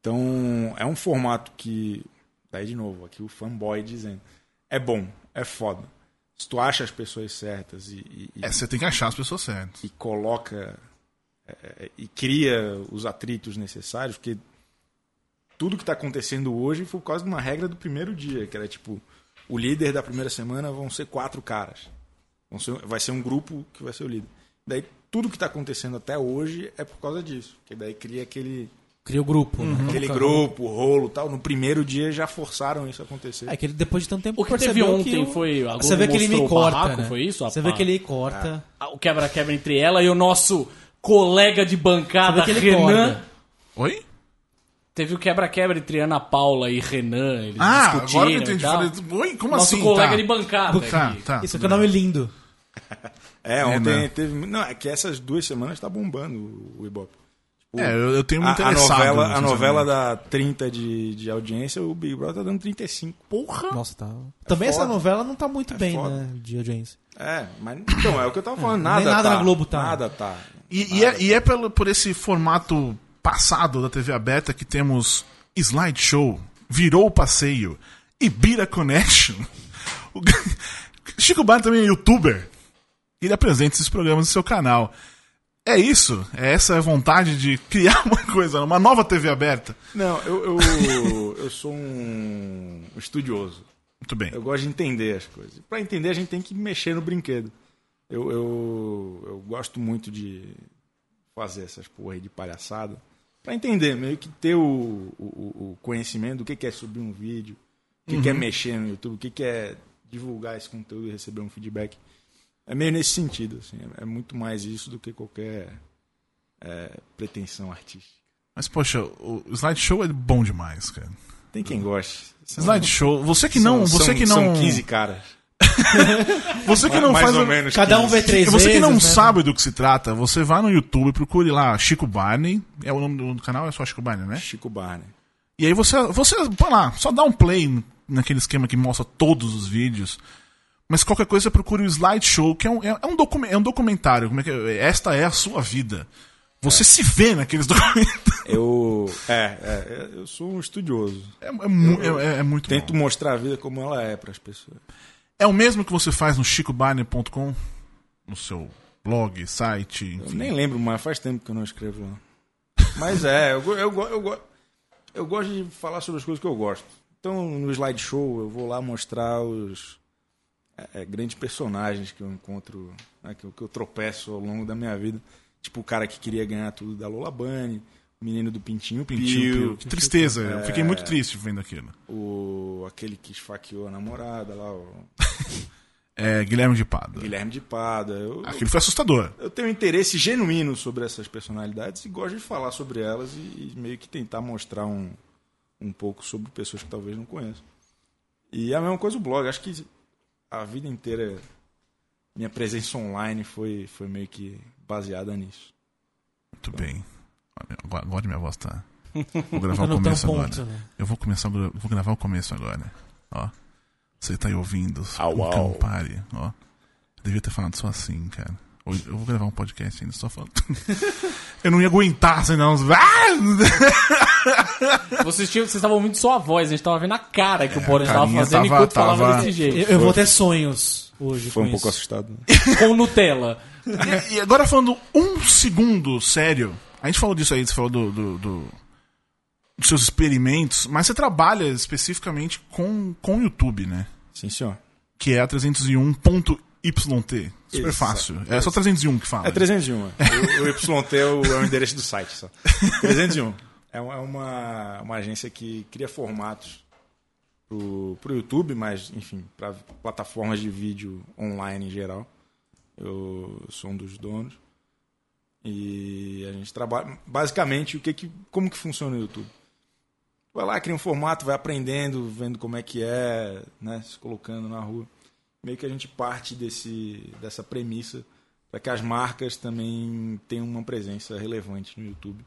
S3: Então, é um formato que. Daí de novo, aqui o fanboy dizendo. É bom, é foda. Se tu acha as pessoas certas e, e- e-
S1: É, você tem que achar as pessoas certas.
S3: e coloca é, é, e cria os atritos necessários, porque tudo que está acontecendo hoje foi por causa de uma regra do primeiro dia, que era tipo, o líder da primeira semana vão ser quatro caras. Vão ser- vai ser um grupo que vai ser o líder. Daí tudo que está acontecendo até hoje é por causa disso, porque daí cria aquele,
S4: Cria o grupo, né?
S3: Uhum. aquele
S4: Coloca-
S3: grupo, rolo tal. No primeiro dia já forçaram isso a acontecer.
S4: É que ele depois de tanto tempo
S2: O que teve
S4: percebeu
S2: ontem
S4: eu-
S2: foi- a Globo
S4: Você vê que ele me
S2: mostrou o
S4: corta,
S2: barraco,
S4: né?
S2: foi isso?
S4: Você
S2: Ah,
S4: vê
S2: pá.
S4: que ele
S3: É.
S4: corta.
S2: Ah, O quebra-quebra entre ela e o nosso colega de bancada,
S4: Você vê que ele
S2: Ah, tá. Renan.
S4: corda.
S1: Oi?
S2: Teve o quebra-quebra entre Ana Paula e Renan. Eles
S1: Ah,
S2: discutiram
S1: agora que eu entendi.
S2: e tal.
S1: Falei, Oi, como
S2: Nosso
S1: assim?
S2: colega
S1: tá.
S2: de bancada.
S1: Tá,
S2: aqui.
S1: tá.
S4: Isso aqui é um nome lindo.
S3: É, ontem
S1: né?
S3: teve. Não, é que essas duas semanas está bombando o- o Ibope.
S1: É, eu, eu tenho me
S3: A, a
S1: interessado.
S4: né,
S3: novela, a novela dá 30 de, de audiência, o Big Brother tá dando 35. Porra!
S4: Nossa, tá. Também
S1: É
S4: essa
S3: foda.
S4: novela não tá muito bem,
S3: foda.
S4: né? De audiência.
S3: É, mas então, é o que eu tava falando. Nada,
S4: nada
S3: tá,
S4: na Globo tá.
S3: Nada tá.
S1: E, e é, e é pelo, por esse formato passado da TV aberta que temos slideshow, virou o passeio, Ibira Connection. O g- Chico Bar também é youtuber. Ele apresenta esses programas no seu canal. É isso, é essa a vontade de criar uma coisa, uma nova TV aberta.
S3: Não, eu, eu, eu sou um estudioso.
S1: Muito bem.
S3: Eu gosto de entender as coisas. Pra entender, a gente tem que mexer no brinquedo. Eu, eu, eu gosto muito de fazer essas porra aí de palhaçada. Pra entender, meio que ter o, o- o, o conhecimento do que que é subir um vídeo, o que,
S1: Uhum.
S3: que é mexer no YouTube, o que, que é divulgar esse conteúdo e receber um feedback. É meio nesse sentido, assim. É, é muito mais isso do que qualquer é, pretensão artística.
S1: Mas poxa, o slideshow é bom demais, cara.
S3: Tem quem goste. São-
S1: Slideshow, você Uhum. que não,
S3: Uhum. são-
S1: você
S3: são-
S1: que não
S3: São 15 caras.
S1: Você que não
S3: mais
S1: faz.
S3: ou
S1: o-
S3: menos.
S4: Cada um
S3: 15.
S4: vê três
S1: Você
S4: vezes.
S1: que não
S4: né?
S1: sabe do que se trata, você vá no YouTube, procure lá Chico Barney. É o nome do- do canal, é só Chico Barney, né?
S3: Chico Barney.
S1: E aí você, você, põe lá, só dá um play naquele esquema que mostra todos os vídeos. Mas qualquer coisa você procura o slideshow, que é um, é, é um, docu é um documentário. Como é que é? Esta é a sua vida. Você se vê naqueles documentários.
S3: Eu. É, é, eu sou um estudioso.
S1: É, é mu- é- é- é muito
S3: Tento
S1: bom.
S3: mostrar a vida como ela é para as pessoas.
S1: É o mesmo que você faz no chicobarney.com, no seu blog, site,
S3: Eu
S1: enfim.
S3: nem lembro mais, faz tempo que eu não escrevo lá. Mas é, eu, go- eu, go- eu, go- eu gosto de falar sobre as coisas que eu gosto. Então, no slideshow, eu vou lá mostrar os é, é, grandes personagens que eu encontro, né, que, eu- que eu tropeço ao longo da minha vida. Tipo o cara que queria ganhar tudo da Lola Bunny, o menino do Pintinho
S1: Pintinho,
S3: Pintinho,
S1: Pio. Que tristeza, eu fiquei muito triste vendo aquilo.
S3: o aquele que esfaqueou a namorada lá, o
S1: É, Guilherme de Pado.
S3: Guilherme de Pada. Eu,
S1: Aquilo foi assustador.
S3: eu tenho interesse genuíno sobre essas personalidades e gosto de falar sobre elas e, e meio que tentar mostrar um, um pouco sobre pessoas que talvez não conheçam. E é a mesma coisa o blog. Acho que a vida inteira minha presença online foi, foi meio que baseada nisso.
S1: Muito bem. Olha, Agora, agora minha voz tá. Vou gravar
S4: Tá
S1: o
S4: no
S1: começo
S4: tampão,
S1: agora.
S4: né?
S1: Eu vou começar, a gra- vou gravar o começo agora. Ó. Você tá aí ouvindo?
S3: Au,
S1: nunca
S3: au.
S1: não pare, ó. Eu devia ter falado só assim, cara. Hoje eu vou gravar um podcast ainda só falando. eu não ia aguentar, senão. Ah!
S2: Vocês tinham- vocês estavam ouvindo só a voz, a gente tava vendo a cara que o Boris
S1: É, a
S2: estava
S1: carinha
S2: fazendo
S1: tava-
S2: enquanto falava
S1: tava-
S2: desse
S4: né? Eu,
S2: jeito.
S4: eu vou ter sonhos hoje.
S3: Foi
S4: com
S3: um pouco
S4: isso.
S3: assustado. Né?
S2: Com Nutella.
S1: E, e agora falando um segundo sério. A gente falou disso aí, você falou do, do- do- dos seus experimentos, mas você trabalha especificamente com com o YouTube, né?
S3: Sim, senhor.
S1: que é a 301.yt. Super
S3: Exato.
S1: fácil. É só 301 que fala.
S3: É 301. é. o, o YT é o, é o endereço do site só. 301. É, um- é uma, uma agência que cria formatos pro, pro YouTube, mas, enfim, para plataformas de vídeo online em geral. Eu sou um dos donos. E a gente trabalha. Basicamente, o que que, como que funciona o YouTube? Vai lá, cria um formato, vai aprendendo, vendo como é que é, né? Se colocando na rua. Meio que a gente parte desse, dessa premissa para que as marcas também tenham uma presença relevante no YouTube.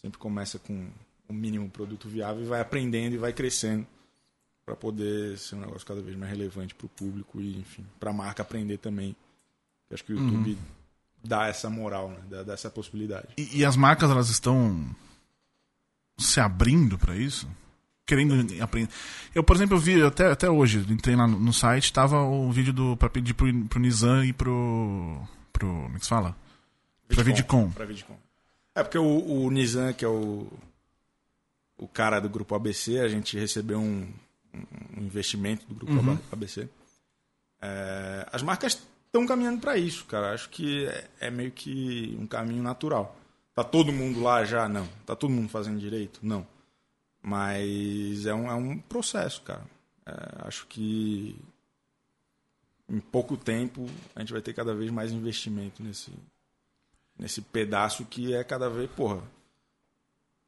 S3: Sempre começa com o mínimo produto viável e vai aprendendo e vai crescendo para poder ser um negócio cada vez mais relevante para o público e, enfim, para a marca aprender também. Eu acho que o YouTube dá essa moral, né? dá, dá essa possibilidade.
S1: E, e as marcas, elas estão se abrindo pra isso? Querendo aprender. Eu, por exemplo, eu vi até, até hoje, entrei lá no, no site, tava o vídeo do, pra pedir pro, pro Nizam e pro. pro. Como é que se fala? Pra Vidcom.
S3: Pra Vidcom. É porque o, o Nizam, que é o, o cara do grupo ABC, a gente recebeu um, um investimento do grupo ABC. É, as marcas estão caminhando para isso, cara. Acho que é, é meio que um caminho natural. Tá todo mundo lá já? Não. Tá todo mundo fazendo direito? Não. Mas é um, é um processo, cara. É, acho que em pouco tempo a gente vai ter cada vez mais investimento nesse, nesse pedaço que é cada vez, porra,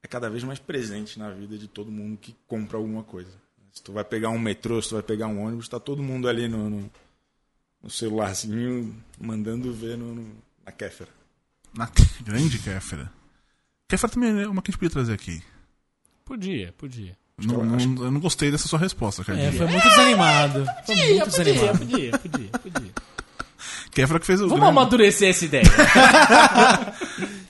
S3: é cada vez mais presente na vida de todo mundo que compra alguma coisa. Se tu vai pegar um metrô, se tu vai pegar um ônibus, tá todo mundo ali no, no, no celularzinho mandando ver no, no- na Kéfera.
S1: Na grande Kéfera. Kéfera também é uma que a gente podia trazer aqui.
S2: Podia, podia.
S3: é
S1: Não, não- eu não gostei dessa sua resposta, cara.
S4: É, foi muito desanimado. Foi muito
S2: Podia,
S4: desanimado.
S2: podia, podia, podia.
S1: Kéfera que fez o.
S2: Vamos
S1: grande-
S2: amadurecer essa ideia.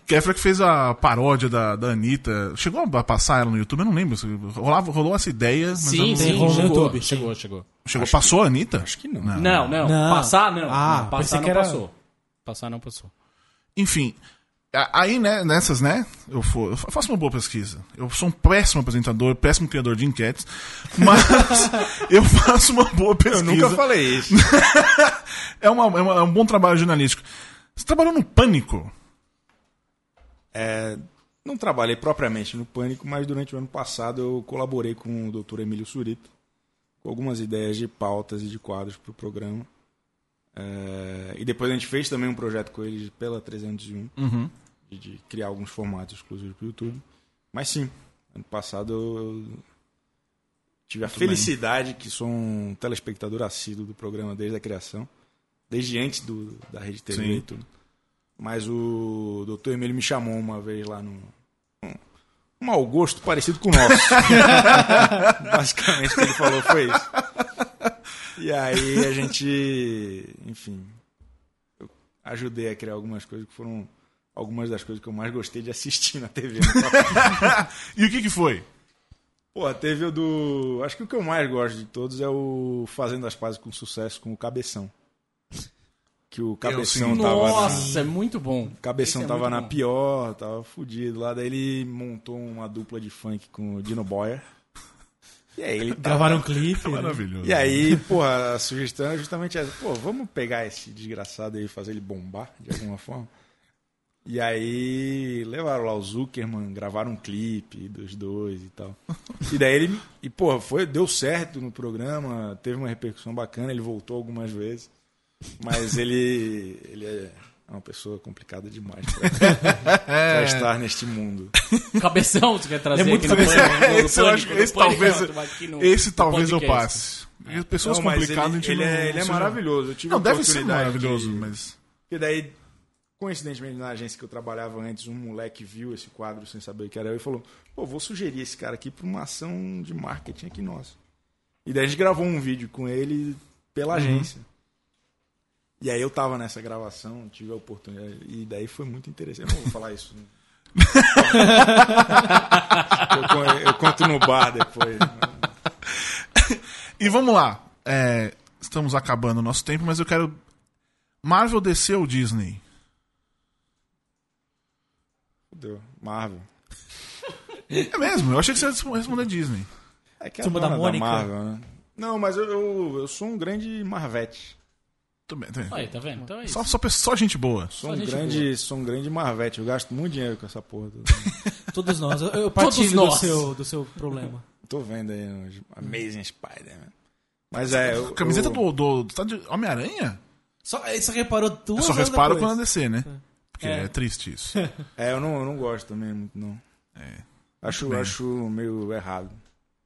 S1: Kefra que fez a paródia da, da Anitta. Chegou a passar ela no YouTube? Eu não lembro. se- Rolava, rolou essa ideia, mas eu não-
S4: rolou no
S2: chegou,
S4: YouTube, sim.
S2: chegou, chegou.
S1: Chegou, passou a Anitta?
S3: Acho que não.
S2: Não, não,
S4: Não.
S2: Passar não.
S4: Ah,
S2: Não, passar
S4: pensei
S2: não
S4: que era-
S2: passou. Passar não passou.
S1: Enfim. a- Aí, né, nessas, né? Eu, for, eu fa- faço uma boa pesquisa. Eu sou um péssimo apresentador, péssimo criador de enquetes, mas eu faço uma boa pesquisa.
S3: Eu nunca falei isso.
S1: É, uma, é, uma- é um bom trabalho jornalístico. Você trabalhou no pânico?
S3: É, não trabalhei propriamente no Pânico, mas durante o ano passado eu colaborei com o Dr. Emílio Surito com algumas ideias de pautas e de quadros para o programa. É, e depois a gente fez também um projeto com ele pela 301, de, de criar alguns formatos exclusivos para o YouTube. Mas sim, ano passado eu Tive a felicidade que sou um telespectador assíduo do programa desde a criação, desde antes do, da Rede TV
S1: Sim.
S3: e tudo. Mas o doutor Emílio me chamou uma vez lá num. um- Um mau gosto parecido com o nosso. Basicamente o que ele falou foi isso. E aí a gente, enfim, eu ajudei a criar algumas coisas que foram algumas das coisas que eu mais gostei de assistir na TV.
S1: E o que que foi?
S3: Pô, teve o do. Acho que o que eu mais gosto de todos é o Fazendo as Pazes com Sucesso com o Cabeção. Que o Cabeção
S1: sim.
S3: tava. Na...
S2: Nossa, é muito bom.
S3: o Cabeção
S2: Esse é
S3: tava
S2: muito
S3: na
S2: bom.
S3: pior, tava fudido lá. Daí ele montou uma dupla de funk com o Dino Boyer. E aí ele tava-
S4: Gravaram um clipe. né?
S1: Maravilhoso.
S3: E aí, porra, a sugestão é justamente essa. Pô, vamos pegar esse desgraçado aí e fazer ele bombar de alguma forma. E aí levaram lá o Zuckerman, gravaram um clipe dos dois e tal. E daí ele. E, porra, foi, deu certo no programa, teve uma repercussão bacana, ele voltou algumas vezes. Mas ele. ele é uma pessoa complicada demais pra, pra estar neste mundo.
S2: Cabeção, você quer trazer
S4: É muito
S2: aqui no
S4: cabeção.
S2: Pânico, no
S1: esse eu acho que
S2: Pânico, no
S1: esse
S2: Pânico,
S1: talvez,
S2: não, aqui no-
S1: esse
S2: no
S1: talvez eu
S2: podcast.
S1: passe. E pessoas
S3: Não, mas
S1: complicadas a gente
S3: ele,
S1: não,
S3: ele é, ele é
S1: não-
S3: maravilhoso. Eu tive
S1: Não,
S3: a
S1: deve ser
S3: oportunidade de-
S1: maravilhoso, mas.
S3: E daí, coincidentemente, na agência que eu trabalhava antes, um moleque viu esse quadro sem saber o que era eu e falou: pô, vou sugerir esse cara aqui pra uma ação de marketing aqui nossa. E daí a gente gravou um vídeo com ele pela
S4: Uhum.
S3: agência. E aí eu tava nessa gravação, tive a oportunidade. E daí foi muito interessante. Eu não vou falar isso. né? eu, con- eu conto no bar depois. né?
S1: E vamos lá. É, estamos acabando o nosso tempo, mas eu quero. Marvel DC ou Disney?
S3: Fudeu. Marvel.
S1: É mesmo, eu achei que você ia respo- responder Disney.
S3: É que é a
S4: Turma da
S3: dona
S4: Mônica.
S3: Marvel, né? Não, mas eu, eu, eu sou um grande Marvete.
S1: Tudo bem, tudo bem.
S2: Aí, tá vendo? Então é isso.
S1: Só, só, pe- só gente boa.
S3: Sou
S2: Só
S3: um,
S2: gente
S3: grande, sou um grande marvete, eu gasto muito dinheiro com essa porra. do-
S4: Todos nós. Eu, eu partilho do
S2: nós.
S4: seu, do seu problema.
S3: Tô vendo aí os Amazing Spider-Man. Mas é. eu-
S1: Camiseta
S3: eu-
S1: do, do, do tá de Homem-Aranha?
S4: Só, ele só reparou duas
S1: Eu só
S4: horas
S1: reparo
S4: depois.
S1: quando é DC, né? Porque é,
S4: É.
S1: triste isso.
S3: É, eu não, eu não gosto também muito, não.
S1: É.
S3: Acho,
S1: bem.
S3: acho meio errado.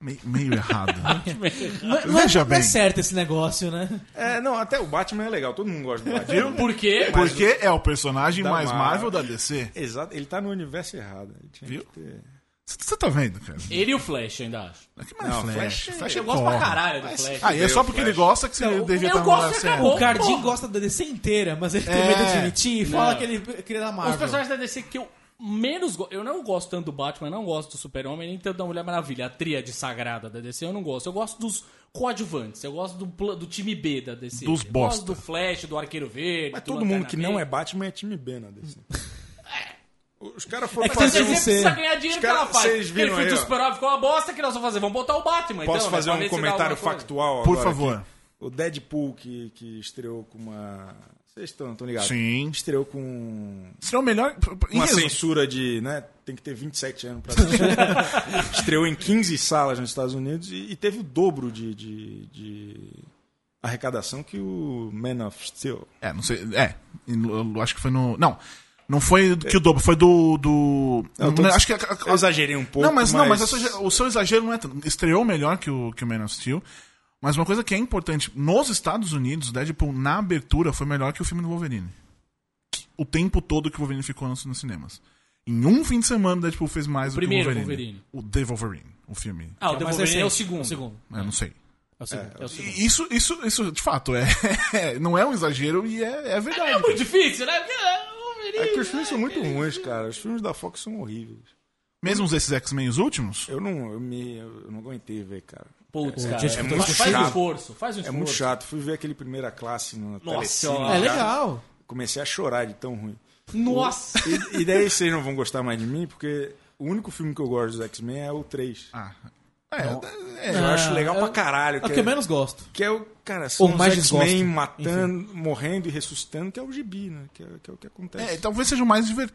S1: Me- meio errado.
S4: Não, é- não
S1: Veja
S4: é, não é
S1: bem.
S4: certo esse negócio, né?
S3: É, não, até o Batman é legal, todo mundo gosta do Batman.
S2: Por quê?
S1: Porque é o personagem
S3: Da
S1: mais Marvel
S3: Marvel.
S1: da DC.
S3: Exato, ele tá no universo errado. Ele tinha
S1: Viu?
S3: que ter-
S1: Você tá vendo, cara?
S2: Ele e o Flash, eu ainda acho.
S1: Que mais
S3: Não,
S1: Flash?
S3: Flash-
S1: Flash é
S2: Eu gosto pra
S1: porra.
S2: caralho do Flash.
S1: Aí é só
S3: Eu
S1: porque
S3: Flash.
S1: ele gosta que você
S4: Não,
S1: devia tá assim, estar
S2: eu
S1: no
S2: gosto
S1: lugar
S2: e
S1: certo.
S2: acabou.
S4: O Cardim
S2: porra.
S4: gosta da DC inteira, mas ele tem
S1: É.
S4: medo de admitir e fala
S2: Não.
S4: que ele queria da
S2: Os
S3: Ah,
S4: Marvel.
S2: personagens da DC que eu menos gosto. Eu não gosto tanto do Batman, não gosto do Super-Homem, nem tanto da Mulher Maravilha. A tríade sagrada da DC eu não gosto. Eu gosto dos coadjuvantes. Eu gosto do, pla- do time B da DC.
S1: Dos
S2: eu
S1: bosta.
S2: gosto do Flash, do Arqueiro Verde.
S3: Mas
S2: do
S3: todo
S2: Lanterna
S3: mundo que não é
S2: Verde.
S3: Batman é time B na DC. Os caras
S4: É
S3: foram
S4: que
S2: Mas
S3: fazer
S2: ele
S4: tem
S3: um...
S4: que ser-
S2: precisa ganhar dinheiro
S3: Os
S2: que
S3: caras-
S2: ela faz.
S3: vocês viram
S2: Aquele filme
S3: aí,
S2: do
S3: ó.
S2: Super-Homem ficou uma bosta, o que nós vamos fazer? Vamos botar o Batman,
S3: Posso
S2: então, né?
S3: fazer
S2: Pra ver
S3: um
S2: se dá
S3: comentário
S2: alguma coisa.
S3: factual
S1: Por
S3: agora
S1: favor.
S3: aqui? O Deadpool que, que estreou com uma. Vocês estão tão ligados?
S1: Sim. assim?
S3: Estreou com.
S1: Seria o melhor. em
S3: Uma
S1: resumo,
S3: censura de, né? Tem que ter 27 anos pra assistir. estreou em 15 salas nos Estados Unidos e, e teve o dobro de, de, de arrecadação que o Man of Steel.
S1: É, não sei. É. Eu acho que foi no. Não. Não foi do que o dobro, foi do. do
S3: Eu tô-
S1: acho que.
S3: Eu exagerei um pouco.
S1: não, mas, não, mas eu sou- o seu exagero não é tanto. Estreou melhor que o, que o Man of Steel. Mas uma coisa que é importante, nos Estados Unidos, Deadpool na abertura foi melhor que o filme do Wolverine. O tempo todo que o Wolverine ficou nos, nos cinemas. Em um fim de semana, Deadpool fez mais
S2: O
S1: do que o
S2: primeiro
S1: Wolverine.
S2: Wolverine.
S1: O The Wolverine, o filme.
S2: Ah, o
S4: É,
S2: The
S4: mas
S2: Wolverine
S4: é
S2: é o
S4: sim,
S2: segundo.
S4: o segundo.
S1: Eu não sei.
S4: É o segundo. É, o segundo.
S1: E Isso, isso, isso, de fato, é, não é um exagero e é, é verdade.
S2: É muito difícil, né? Porque, é, o
S3: É
S2: Wolverine,
S3: que os filmes são
S2: né?
S3: muito ruins, cara. Os filmes da Fox são horríveis.
S1: Mesmo esses X-Men os últimos,
S3: Eu não, eu me, eu não aguentei ver, cara.
S2: Putz,
S4: É,
S2: cara.
S4: gente,
S2: é
S4: eu tô
S2: muito
S3: muito
S2: faz um
S3: chato.
S2: esforço, faz um
S3: É
S2: esforço.
S3: muito chato. Fui ver aquele primeira classe no
S2: Nossa
S3: Telecine.
S2: senhora.
S4: É
S1: Ah,
S3: cara.
S4: legal.
S3: Comecei a chorar de tão ruim.
S2: Nossa!
S3: E, e daí vocês não vão gostar mais de mim, porque o único filme que eu gosto dos X-Men é o 3.
S1: Ah. É, é,
S3: eu
S4: Ah,
S3: acho legal
S4: eu-
S3: pra caralho.
S4: É o
S3: Que
S4: que eu
S3: é,
S4: menos gosto.
S3: que é o, cara, são
S4: Ou
S3: os
S4: mais
S3: X-Men
S4: desgosto.
S3: matando, morrendo e ressuscitando, que é o gibi, né? Que é, que é o que
S1: é,
S3: acontece.
S1: talvez seja o mais diver-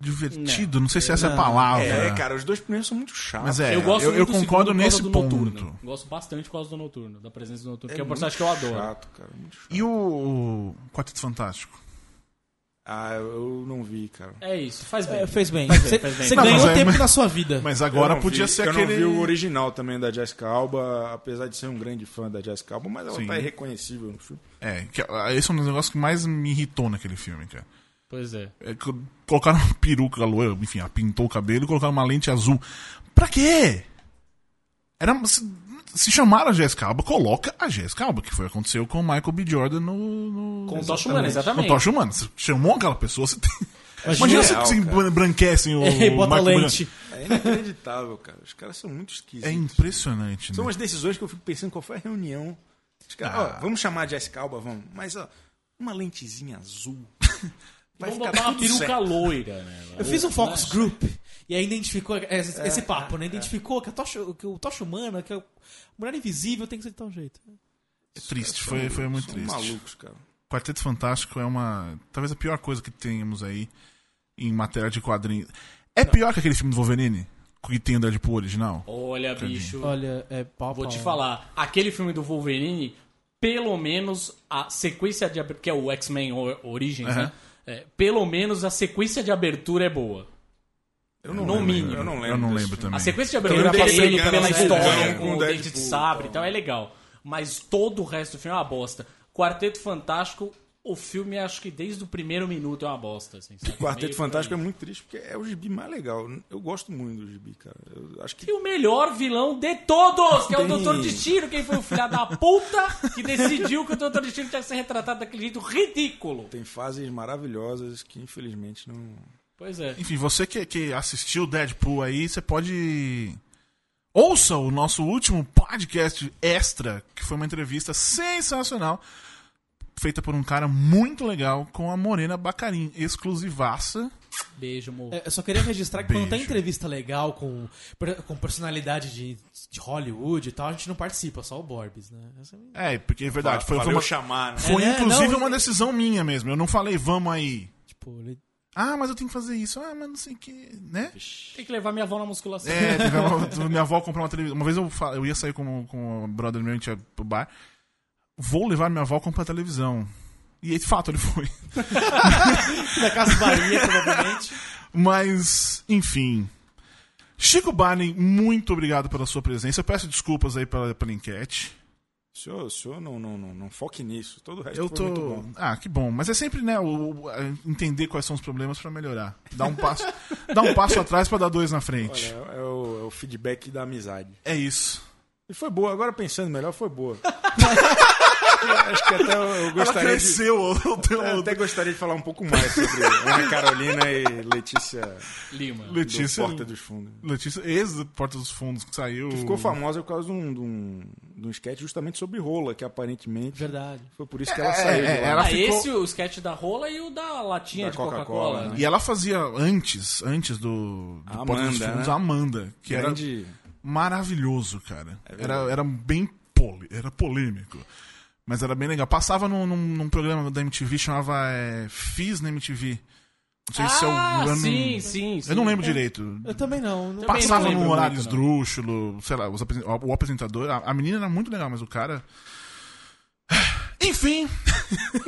S1: divertido, não, sei se essa é a palavra.
S3: É, cara, os dois primeiros são muito chatos.
S1: Mas é,
S2: eu gosto
S1: eu,
S2: muito do
S1: concordo
S2: segundo por causa
S1: nesse
S2: do
S1: ponto.
S2: Noturno. Gosto bastante por causa do Noturno, da presença do Noturno, que é um
S3: muito
S2: personagem que eu adoro.
S3: Chato, cara, muito chato.
S1: E o, o Quarteto Fantástico?
S3: Ah, eu não vi, cara.
S2: É isso, faz bem.
S4: É, fez bem.
S2: Faz bem,
S4: Você
S2: faz bem.
S4: você
S1: Não,
S4: ganhou
S1: mas é,
S4: tempo
S1: mas-
S4: da sua vida.
S1: Mas
S3: Eu
S1: agora
S3: não
S1: podia
S3: vi,
S1: ser
S3: eu
S1: aquele.
S3: não vi o original também da Jessica Alba, apesar de ser um grande fã da Jessica Alba, mas ela
S1: Sim.
S3: tá irreconhecível no filme.
S1: É, que, ah, esse é um dos negócios que mais me irritou naquele filme, cara.
S2: Pois é.
S1: É, que colocaram uma peruca loira, enfim, ela pintou o cabelo e colocaram uma lente azul. Pra quê? Era, se, se chamaram a Jessica Alba, coloca a Jessica Alba, que foi o que aconteceu com o Michael B. Jordan no. no
S2: Com o Tocha Humana,
S1: no
S2: exatamente.
S1: Um Tocha Humana. Você chamou aquela pessoa, você tem. Imagina
S4: Imagina
S1: se,
S3: real,
S1: se
S3: cara.
S1: embranquecem o.
S4: É, bota
S1: Michael B.
S4: lente.
S1: Jordan.
S3: É inacreditável, cara. Os caras são muito
S1: É
S3: esquisitos.
S1: impressionante,
S3: São
S1: né?
S3: umas decisões que eu fico pensando qual foi a reunião. Os caras,
S2: Ah.
S3: ó, vamos chamar a Jessica Alba, vamos. Mas, ó, uma lentezinha azul. Vai
S2: Vamos
S3: ficar
S2: botar uma
S3: tudo
S2: peruca
S3: certo.
S2: loira, né?
S4: Eu fiz um focus group e aí identificou esse, esse papo, né? Identificou que, a tocha, que o tocha humana, que a mulher invisível tem que ser de tal jeito.
S1: É triste, foi, foi muito
S3: São
S1: triste.
S3: malucos, cara.
S1: Quarteto Fantástico é uma. Talvez a pior coisa que temos aí em matéria de quadrinhos. É pior que aquele filme do Wolverine? Que tem o Deadpool original?
S2: Olha, bicho.
S4: Olha, é pau
S2: Vou te
S4: pau.
S2: falar, aquele filme do Wolverine, pelo menos a sequência de abertura, que é o X-Men O- Origins, né? É, pelo menos a sequência de abertura é boa.
S3: Eu não
S2: No
S3: lembro,
S2: mínimo.
S3: Eu não lembro.
S1: Eu não
S3: desse
S1: lembro
S3: filme.
S1: também.
S2: A sequência de
S3: Então,
S2: abertura
S3: ele
S2: dele
S3: passando
S2: pela
S3: pela
S2: história,
S3: história,
S2: né? com
S3: com
S2: o
S3: Deadpool,
S2: dente de sabre e
S3: então.
S2: tal, é legal. Mas todo o resto do filme é uma bosta. Quarteto Fantástico, o filme acho que desde o primeiro minuto é uma bosta. Assim, sabe?
S3: O Quarteto
S2: Meio-
S3: Fantástico é muito triste porque é o gibi mais legal. Eu gosto muito do gibi, cara. Eu acho que
S2: E o melhor vilão de todos, que é o
S3: Tem.
S2: Doutor Destino, quem foi o filho da puta que decidiu que o Doutor Destino tinha que ser retratado daquele jeito ridículo.
S3: tem fases maravilhosas que infelizmente não.
S2: Pois é.
S1: Enfim, você que, que assistiu Deadpool aí, você pode. Ouça o nosso último podcast extra, que foi uma entrevista sensacional, feita por um cara muito legal com a Morena Bacarin, exclusivaça.
S2: Beijo, amor.
S4: É, Eu só queria registrar que quando tem
S1: Beijo.
S4: entrevista legal com, per- com personalidade de, de Hollywood e tal, a gente não participa, só o Borbs, né? Essa é a minha-
S1: É, porque é verdade, foi, foi
S3: Valeu
S1: uma,
S3: chamar, né?
S1: foi
S4: É, né?
S1: inclusive
S4: Não,
S1: uma decisão minha mesmo. Eu não falei, vamos aí.
S4: Tipo, ele-
S1: Ah, mas eu tenho que fazer isso. Ah, mas não sei o que, né?
S2: Tem que levar minha avó na musculação.
S1: É, teve uma- minha avó comprou uma televisão. Uma vez eu, fa- eu ia sair com, com o brother meu, a gente ia pro bar. Vou levar minha avó a comprar televisão. E é de fato ele foi.
S4: da Casa Bahia, provavelmente.
S1: Mas, enfim. Chico Barney, muito obrigado pela sua presença. Eu peço desculpas aí pela, pela enquete.
S3: O senhor, o senhor não, não, não, não foque nisso. Todo o resto
S1: Eu
S3: foi
S1: tô.
S3: muito bom.
S1: Ah, que bom. Mas é sempre, né, o, o- a- entender quais são os problemas pra melhorar. Dar um passo, dar um passo atrás pra dar dois na
S3: Olha,
S1: frente.
S3: é, o, é o feedback da amizade.
S1: É isso.
S3: E foi boa, agora pensando melhor, foi boa. Acho que até eu, eu gostaria de. É,
S1: o teu.
S3: Eu até gostaria de falar um pouco mais sobre Ana Carolina e Letícia,
S2: Lima.
S1: Letícia.
S3: do Porta dos Fundos.
S1: Letícia, ex do Porta dos Fundos, que saiu.
S3: Ficou famosa por causa de um, de um, de um sketch justamente sobre rola, que aparentemente
S4: Verdade.
S3: foi por isso que ela
S1: É,
S3: saiu. de
S1: é,
S3: lá.
S1: ela-
S2: Ah,
S1: ficou-
S2: esse, o sketch da rola e o da latinha
S3: Da
S2: de
S3: Coca-Cola,
S2: Coca-Cola.
S3: né?
S1: E ela fazia antes, antes do, do
S3: A
S1: Porta dos
S3: Amanda,
S1: Fundos,
S3: né?
S1: a Amanda, que era
S3: Grande- É
S1: maravilhoso, cara. era,
S3: verdade.
S1: era bem pole, era polêmico. Mas era bem legal. Passava num, num- num programa da MTV, chamava é, Fiz na MTV. Não sei se é o.
S2: Ah,
S1: eu não-
S2: sim, sim, sim.
S1: Eu não lembro
S3: é.
S1: direito.
S4: Eu também não. não-
S2: Também
S1: Passava
S2: não
S1: num
S2: lembro
S1: horário
S2: muito,
S1: esdrúxulo, sei lá, os apresen- o apresentador. A, a menina era muito legal, mas o cara. Enfim.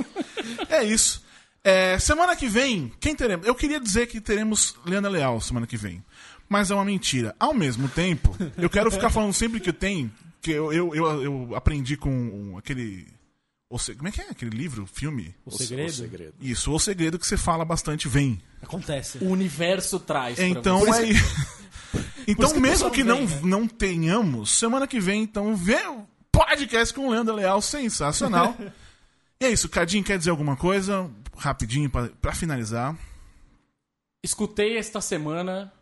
S1: é isso. É, semana que vem, quem teremos? Eu queria dizer que teremos Leandra Leal semana que vem. Mas é uma mentira. Ao mesmo tempo, eu quero ficar falando sempre que tem. Que eu, eu, eu, eu aprendi com um, aquele. o se- Como é que é aquele livro? Filme?
S4: O segredo?
S3: O segredo.
S1: Isso, o segredo que você fala bastante vem.
S4: Acontece.
S2: O universo traz pra
S1: Então
S2: você.
S1: é Então,
S4: que o
S1: mesmo
S4: pessoal
S1: que
S4: vem,
S1: não,
S4: né?
S1: não tenhamos, semana que vem, então, vê o podcast com o Leandro Leal, sensacional. e é isso, Cadinho, quer dizer alguma coisa? Rapidinho, pra, pra finalizar.
S2: Escutei esta semana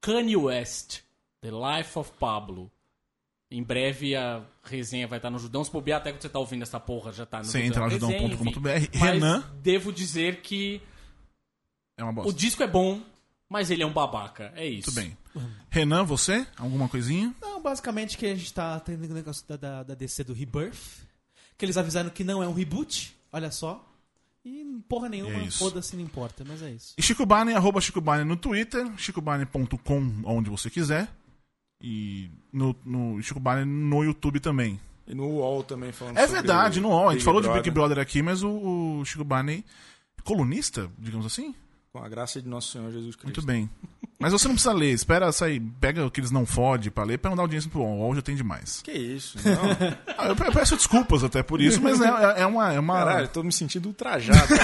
S2: Kanye West, The Life of Pablo. Em breve a resenha vai estar no Judão. Se bobear, até quando você tá ouvindo essa porra, já tá no
S1: Você entra lá,
S2: Resenha,
S1: judão.com.br.
S2: enfim. Mas
S1: Renan?
S2: devo dizer que
S1: É uma
S2: o
S1: bosta.
S2: disco é bom, mas ele é um babaca. É isso.
S1: Tudo bem. Renan, você? Alguma coisinha?
S4: Não, Então, basicamente que a gente tá tendo o negócio da, da, da DC do Rebirth. Que eles avisaram que não é um reboot, olha só. E porra
S1: É
S4: nenhuma,
S1: isso.
S4: foda-se, não importa, mas é isso.
S1: E Chico Barney, arroba Chico Barney no Twitter, chicobarney.com, onde você quiser. E no, no Chico Barney no YouTube também.
S3: E no UOL também falando
S1: É
S3: sobre
S1: verdade,
S3: o
S1: no UOL. A gente
S3: Big
S1: falou de
S3: Brother.
S1: Big Brother aqui, mas o, o Chico Barney colunista, digamos assim?
S3: Com a graça de nosso Senhor Jesus Cristo.
S1: Muito bem. Mas você não precisa ler, espera sair, pega o que eles não fode pra ler, pra não dar audiência pro UOL, já tem demais.
S3: Que isso, não.
S1: Ah, Eu pe- peço desculpas até por isso, mas é, é- é uma. É uma...
S3: Caralho, tô me sentindo ultrajado.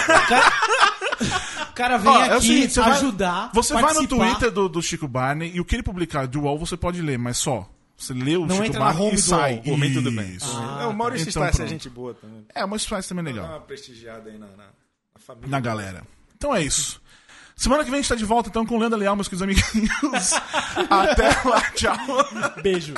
S4: O cara vem
S1: Ó,
S4: aqui
S1: é o seguinte, você vai-
S4: ajudar.
S1: Você vai no
S4: participar.
S1: Twitter do, do Chico Barney e o que ele publicar de UOL você pode ler, mas só. Você lê o
S4: Não
S1: Chico
S4: entra na
S1: Barney
S4: home
S1: e
S4: do
S1: sai.
S3: UOL, por mim tudo bem.
S1: Isso.
S3: É, o Maurício
S1: Então,
S3: está essa
S1: pronto.
S3: gente boa também.
S1: É, mas faz também é
S3: Dá
S1: legal.
S3: uma prestigiada aí na, na, na família.
S1: na galera. Então é isso. Semana que vem a gente tá de volta então com o Lenda Leal, meus queridos amiguinhos. Até lá, tchau.
S2: Beijo.